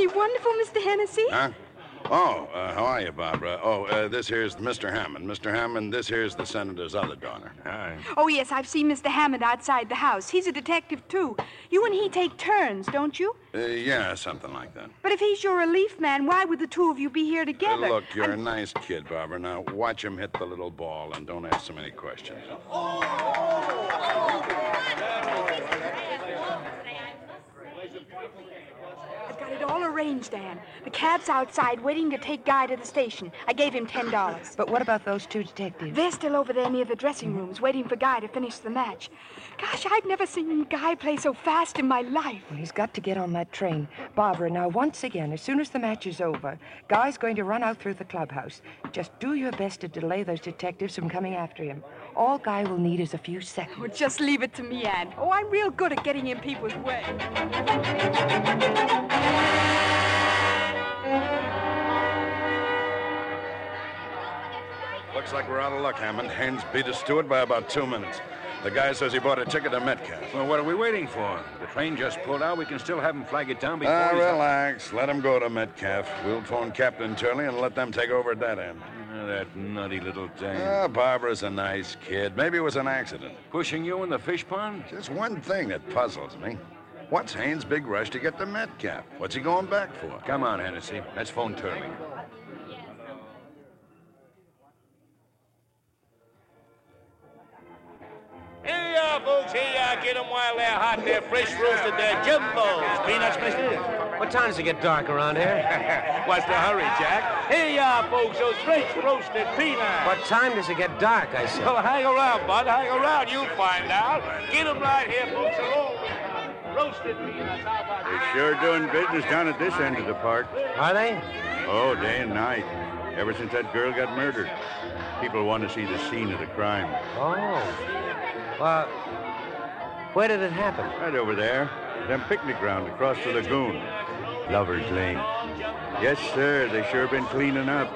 S11: Is wonderful, Mr. Hennessy?
S21: Huh? Oh, uh, how are you, Barbara? Oh, uh, this here's Mr. Hammond. Mr. Hammond, this here's the senator's other daughter. Hi.
S11: Oh, yes, I've seen Mr. Hammond outside the house. He's a detective, too. You and he take turns, don't you?
S21: Uh, yeah, something like that.
S11: But if he's your relief man, why would the two of you be here
S21: Uh,
S11: together?
S21: look, you're a nice kid, Barbara. Now watch him hit the little ball and don't ask so many questions.
S11: I've got it all arranged, Anne. The cab's outside waiting to take Guy to the station. I gave him $10.
S6: But what about those two detectives?
S11: They're still over there near the dressing rooms, waiting for Guy to finish the match. Gosh, I've never seen Guy play so fast in my life.
S6: Well, he's got to get on that train. Barbara, now, once again, as soon as the match is over, Guy's going to run out through the clubhouse. Just do your best to delay those detectives from coming after him. All Guy will need is a few seconds.
S11: Well, just leave it to me, Anne. Oh, I'm real good at getting in people's way.
S21: Looks like we're out of luck, Hammond. Haynes beat us to it by about two minutes. The guy says he bought a ticket to Metcalf.
S22: Well, what are we waiting for? The train just pulled out. We can still have him flag it down before
S21: Ah,
S22: he's up.
S21: relax. Let him go to Metcalf. We'll phone Captain Turley and let them take over at that end.
S22: Ah, That nutty little thing.
S21: Ah, Barbara's a nice kid. Maybe it was an accident.
S22: Pushing you in the fish pond?
S21: Just one thing that puzzles me. What's Haynes' big rush to get to Metcalf? What's he going back for?
S22: Come on, Hennessy. Let's phone Turley.
S13: Here you are, folks. Here you are. Get them while they're hot. They're fresh roasted. They're jumbos. Peanuts, mister?
S17: What times it get dark around here?
S13: What's the hurry, Jack? Here you are, folks. Those fresh roasted peanuts.
S17: What time does it get dark, I said?
S13: Well, hang around, bud. Hang around. You'll find out. Get them right here, folks. Along with the roasted peanuts. How about
S23: They're sure doing business down at this end of the park.
S17: Are they?
S23: Oh, day and night. Ever since that girl got murdered, people want to see the scene of the crime.
S17: Oh. Well, where did it happen?
S23: Right over there. Them picnic ground across the lagoon. Lover's Lane. Yes, sir. They sure been cleaning up.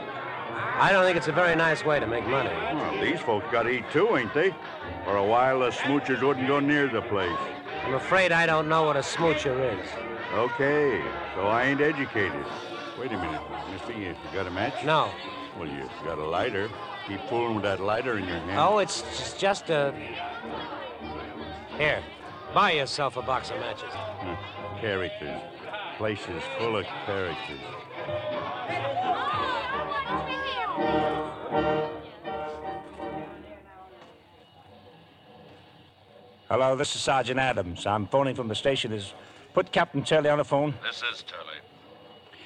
S17: I don't think it's a very nice way to make money.
S23: Well, these folks got to eat too, ain't they? For a while, the smoochers wouldn't go near the place.
S17: I'm afraid I don't know what a smoocher is.
S23: Okay, so I ain't educated. Wait a minute, mister. You got a match?
S17: No.
S23: Well, you got a lighter. Keep fooling with that lighter in your hand.
S17: Oh, it's it's just a. Here, buy yourself a box of matches.
S23: Huh, Characters. Places full of characters.
S7: Hello, this is Sergeant Adams. I'm phoning from the station. Is put Captain Turley on the phone?
S13: This is Turley.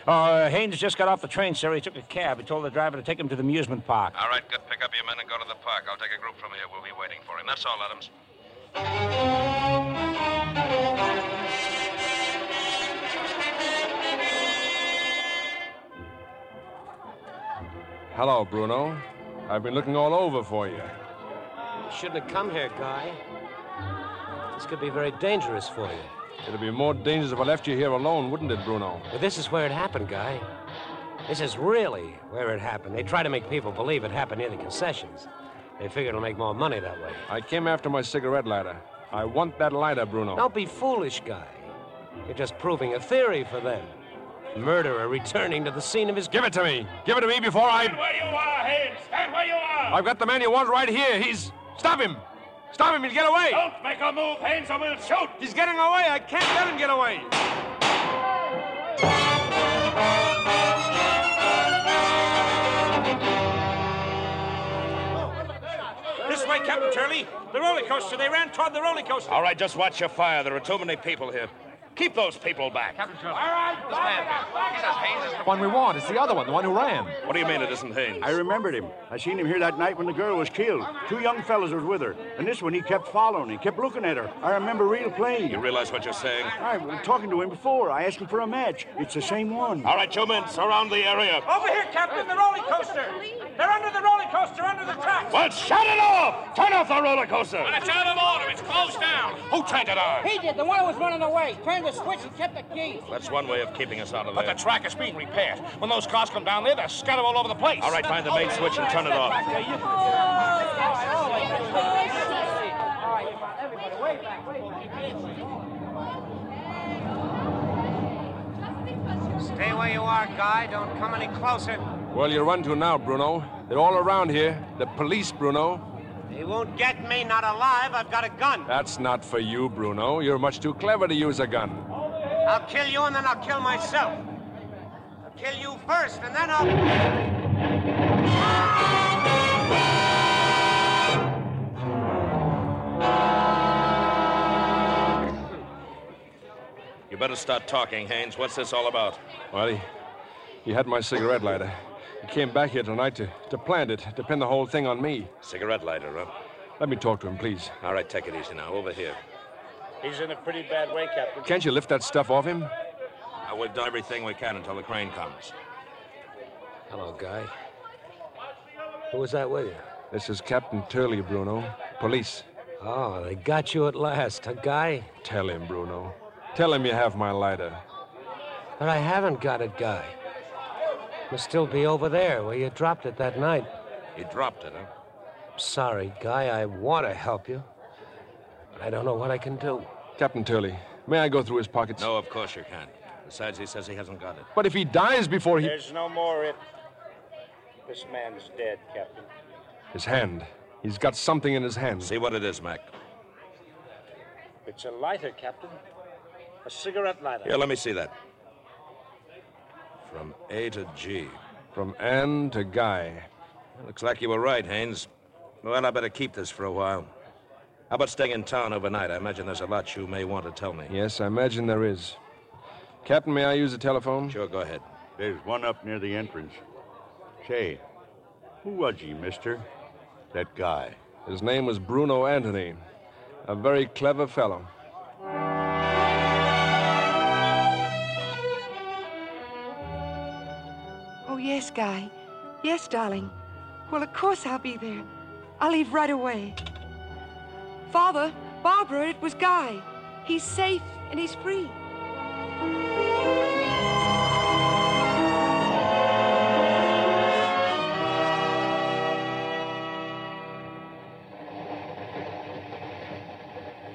S7: Uh, Haynes just got off the train, sir. He took a cab. He told the driver to take him to the amusement park.
S13: All right, good. Pick up your men and go to the park. I'll take a group from here. We'll be waiting for him. That's all, Adams.
S3: Hello, Bruno. I've been looking all over for you.
S17: You shouldn't have come here, Guy. This could be very dangerous for you.
S3: It'd be more dangerous if I left you here alone, wouldn't it, Bruno?
S17: But this is where it happened, Guy. This is really where it happened. They try to make people believe it happened near the concessions. They figure it'll make more money that way.
S3: I came after my cigarette lighter. I want that lighter, Bruno.
S17: Don't be foolish, Guy. You're just proving a theory for them. Murderer returning to the scene of his. Give
S3: it to me. Give it to me before I.
S16: Oh,
S13: Where you are, Haynes. Stand where you are.
S3: I've got the man you want right here. He's. Stop him! Stop him! He'll get away!
S13: Don't make a move, Haynes, or we'll shoot.
S3: He's getting away! I can't let him get away!
S13: This way, Captain Turley. The roller coaster. They ran toward the roller coaster. All right, just watch your fire. There are too many people here. Keep those people back. Captain Turley. All right, this man. He says Haynes is
S23: The one we want is the other one, the one who ran.
S13: What do you mean it isn't Haynes?
S23: I remembered him. I seen him here that night when the girl was killed. Two young fellas was with her. And this one, he kept following. He kept looking at her. I remember real plain.
S13: You realize what you're saying?
S23: I was talking to him before. I asked him for a match. It's the same one.
S13: All right, you men, surround the area.
S16: Over here, Captain, the roller coaster. They're under the roller coaster, under the tracks.
S13: Well, shut it off! Turn off the roller coaster!
S16: it's out of order. It's closed down.
S13: Who turned it on?
S16: He did. The one who was running away. Turned the switch and kept the key.
S13: That's one way of keeping us out of there.
S16: But the track is being repaired. When those cars come down there, they'll scatter all over the place.
S13: All right, find the main switch and turn it off.
S16: Stay
S17: you are, Guy. Don't come any closer.
S3: Well, you run to now, Bruno. They're all around here. The police, Bruno.
S17: They won't get me, not alive. I've got a gun.
S3: That's not for you, Bruno. You're much too clever to use a gun.
S17: I'll kill you, and then I'll kill myself. I'll kill you first, and then I'll.
S13: You better start talking, Haynes. What's this all about?
S3: Well, he, he had my cigarette lighter. He came back here tonight to, to plant it, to pin the whole thing on me.
S13: Cigarette lighter, huh?
S3: Let me talk to him, please.
S13: All right, take it easy now. Over here.
S24: He's in a pretty bad way, Captain.
S3: Can't you lift that stuff off him?
S13: Uh, we've done everything we can until the crane comes.
S2: Hello, Guy. Who was that with you?
S3: This is Captain Turley, Bruno. Police.
S2: Oh, they got you at last, huh, Guy?
S3: Tell him, Bruno. Tell him you have my lighter.
S2: But I haven't got it, Guy. Must still be over there where you dropped it that night.
S13: You dropped it, huh?
S2: Sorry, Guy, I want to help you. But I don't know what I can do.
S3: Captain Turley, may I go through his pockets?
S13: No, of course you can't. Besides, he says he hasn't got it.
S3: But if he dies before he.
S24: There's no more it. This man's dead, Captain.
S3: His hand. He's got something in his hand.
S13: See what it is, Mac.
S24: It's a lighter, Captain. A cigarette lighter.
S13: Here, let me see that. From A to G.
S3: From Ann to Guy.
S13: Looks like you were right, Haynes. Well, I better keep this for a while. How about staying in town overnight? I imagine there's a lot you may want to tell me.
S3: Yes, I imagine there is. Captain, may I use the telephone?
S13: Sure, go ahead.
S23: There's one up near the entrance. Say, who was he, mister? That guy.
S3: His name was Bruno Anthony. A very clever fellow.
S6: Oh, yes, Guy. Yes, darling. Well, of course I'll be there. I'll leave right away. Father, Barbara, it was Guy. He's safe and he's free.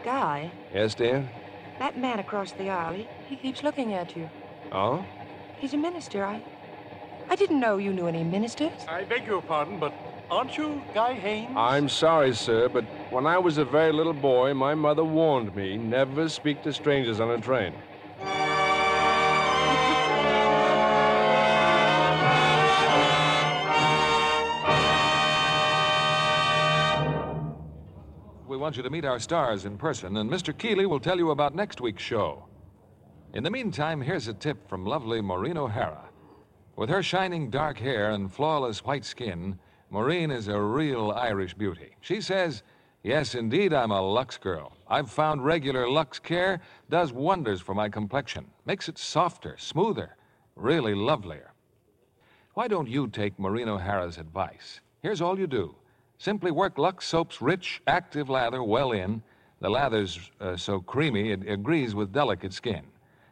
S6: Guy,
S3: Yes, dear?
S6: that man across the aisle, he, he keeps looking at you.
S3: Oh?
S6: He's a minister. I I didn't know you knew any ministers.
S24: I beg your pardon, but aren't you Guy Haynes?
S3: I'm sorry, sir, but when I was a very little boy, my mother warned me never speak to strangers on a train.
S1: We want you to meet our stars in person, and Mr. Keeley will tell you about next week's show. In the meantime, here's a tip from lovely Maureen O'Hara. With her shining dark hair and flawless white skin, Maureen is a real Irish beauty. She says, Yes, indeed, I'm a Lux girl. I've found regular Lux Care does wonders for my complexion, makes it softer, smoother, really lovelier. Why don't you take Maureen O'Hara's advice? Here's all you do simply work Lux Soap's rich, active lather well in. The lather's uh, so creamy it agrees with delicate skin.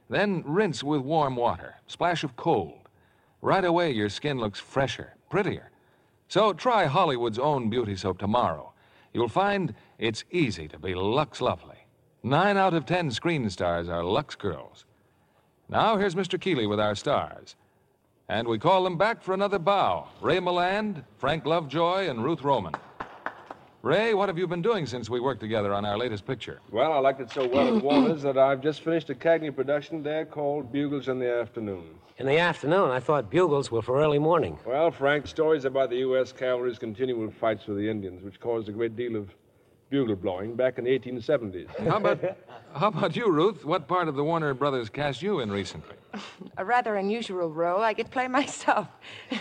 S1: Then rinse with warm water, splash of cold. Right away, your skin looks fresher, prettier. So try Hollywood's own beauty soap tomorrow. You'll find it's easy to be Lux Lovely. Nine out of ten screen stars are Lux Girls. Now here's Mr. Keeley with our stars. And we call them back for another bow Ray Milland, Frank Lovejoy, and Ruth Roman. Ray, what have you been doing since we worked together on our latest picture?
S3: Well, I liked it so well at Warner's that I've just finished a Cagney production there called Bugles in the Afternoon.
S2: In the afternoon, I thought bugles were for early morning.
S3: Well, Frank, stories about the U.S. cavalry's continual fights with the Indians, which caused a great deal of bugle blowing back in the 1870s.
S1: How about, how about you, Ruth? What part of the Warner Brothers cast you in recently?
S6: A rather unusual role. I get to play myself.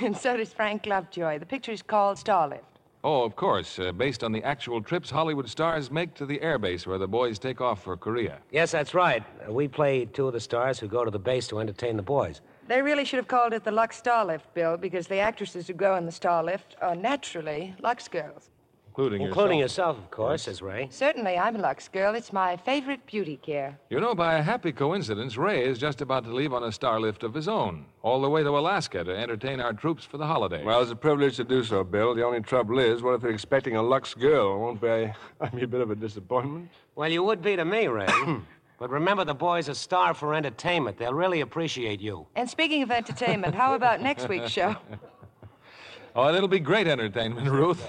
S6: and so does Frank Lovejoy. The picture is called Starlift.
S1: Oh, of course, uh, based on the actual trips Hollywood stars make to the airbase where the boys take off for Korea.
S2: Yes, that's right. Uh, We play two of the stars who go to the base to entertain the boys.
S6: They really should have called it the Lux Starlift, Bill, because the actresses who go in the Starlift are naturally Lux girls.
S1: Including,
S2: Including yourself, of course, says Ray.
S6: Certainly, I'm a Lux girl. It's my favorite beauty care.
S1: You know, by a happy coincidence, Ray is just about to leave on a starlift of his own, all the way to Alaska to entertain our troops for the holiday.
S3: Well, it's a privilege to do so, Bill. The only trouble is, what if they're expecting a Lux girl? Won't be, I be a bit of a disappointment.
S2: Well, you would be to me, Ray.
S17: But remember, the boys are starved for entertainment. They'll really appreciate you.
S6: And speaking of entertainment, how about next week's show?
S1: Oh, it'll be great entertainment, Ruth.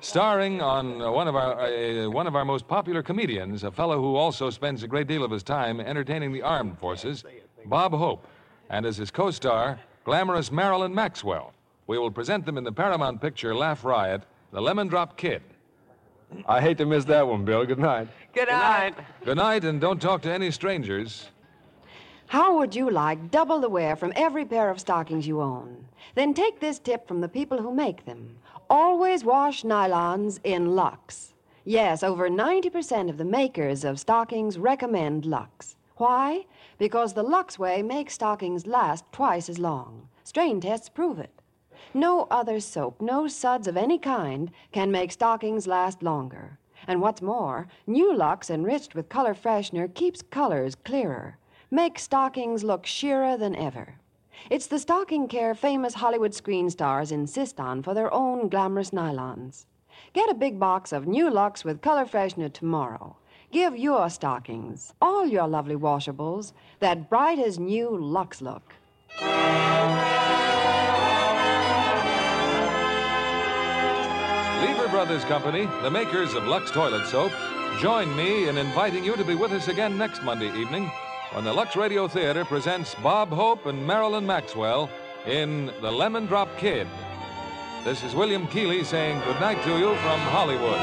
S1: Starring on uh, one of our uh, one of our most popular comedians, a fellow who also spends a great deal of his time entertaining the armed forces, Bob Hope, and as his co-star, glamorous Marilyn Maxwell. We will present them in the Paramount picture Laugh Riot, The Lemon Drop Kid.
S25: I hate to miss that one, Bill. Good night.
S6: Good night.
S1: Good night, and don't talk to any strangers.
S12: How would you like double the wear from every pair of stockings you own? Then take this tip from the people who make them. Always wash nylons in Lux. Yes, over 90% of the makers of stockings recommend Lux. Why? Because the Lux way makes stockings last twice as long. Strain tests prove it. No other soap, no suds of any kind, can make stockings last longer. And what's more, new Lux enriched with color freshener keeps colors clearer, makes stockings look sheerer than ever. It's the stocking care famous Hollywood screen stars insist on for their own glamorous nylons. Get a big box of new Lux with color freshener tomorrow. Give your stockings, all your lovely washables, that bright as new Lux look.
S1: Lever Brothers Company, the makers of Lux Toilet Soap, join me in inviting you to be with us again next Monday evening when the Lux Radio Theater presents Bob Hope and Marilyn Maxwell in The Lemon Drop Kid. This is William Keeley saying goodnight to you from Hollywood.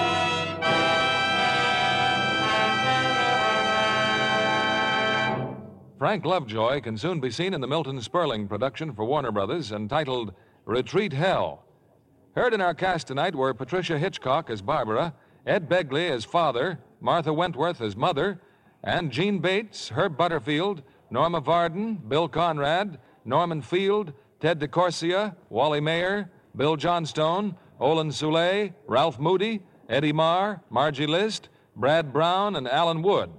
S1: Frank Lovejoy can soon be seen in the Milton Sperling production for Warner Brothers entitled Retreat Hell. Heard in our cast tonight were Patricia Hitchcock as Barbara, Ed Begley as father, Martha Wentworth as mother, and Gene Bates, Herb Butterfield, Norma Varden, Bill Conrad, Norman Field, Ted DeCorsia, Wally Mayer, Bill Johnstone, Olin Soule, Ralph Moody, Eddie Marr, Margie List, Brad Brown, and Alan Wood.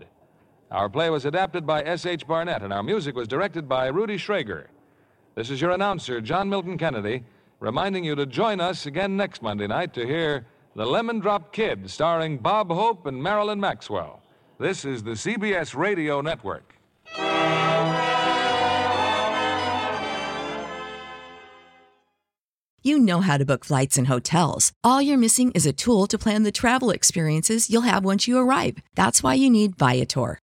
S1: Our play was adapted by S.H. Barnett, and our music was directed by Rudy Schrager. This is your announcer, John Milton Kennedy, reminding you to join us again next Monday night to hear The Lemon Drop Kid, starring Bob Hope and Marilyn Maxwell. This is the CBS Radio Network.
S26: You know how to book flights and hotels. All you're missing is a tool to plan the travel experiences you'll have once you arrive. That's why you need Viator.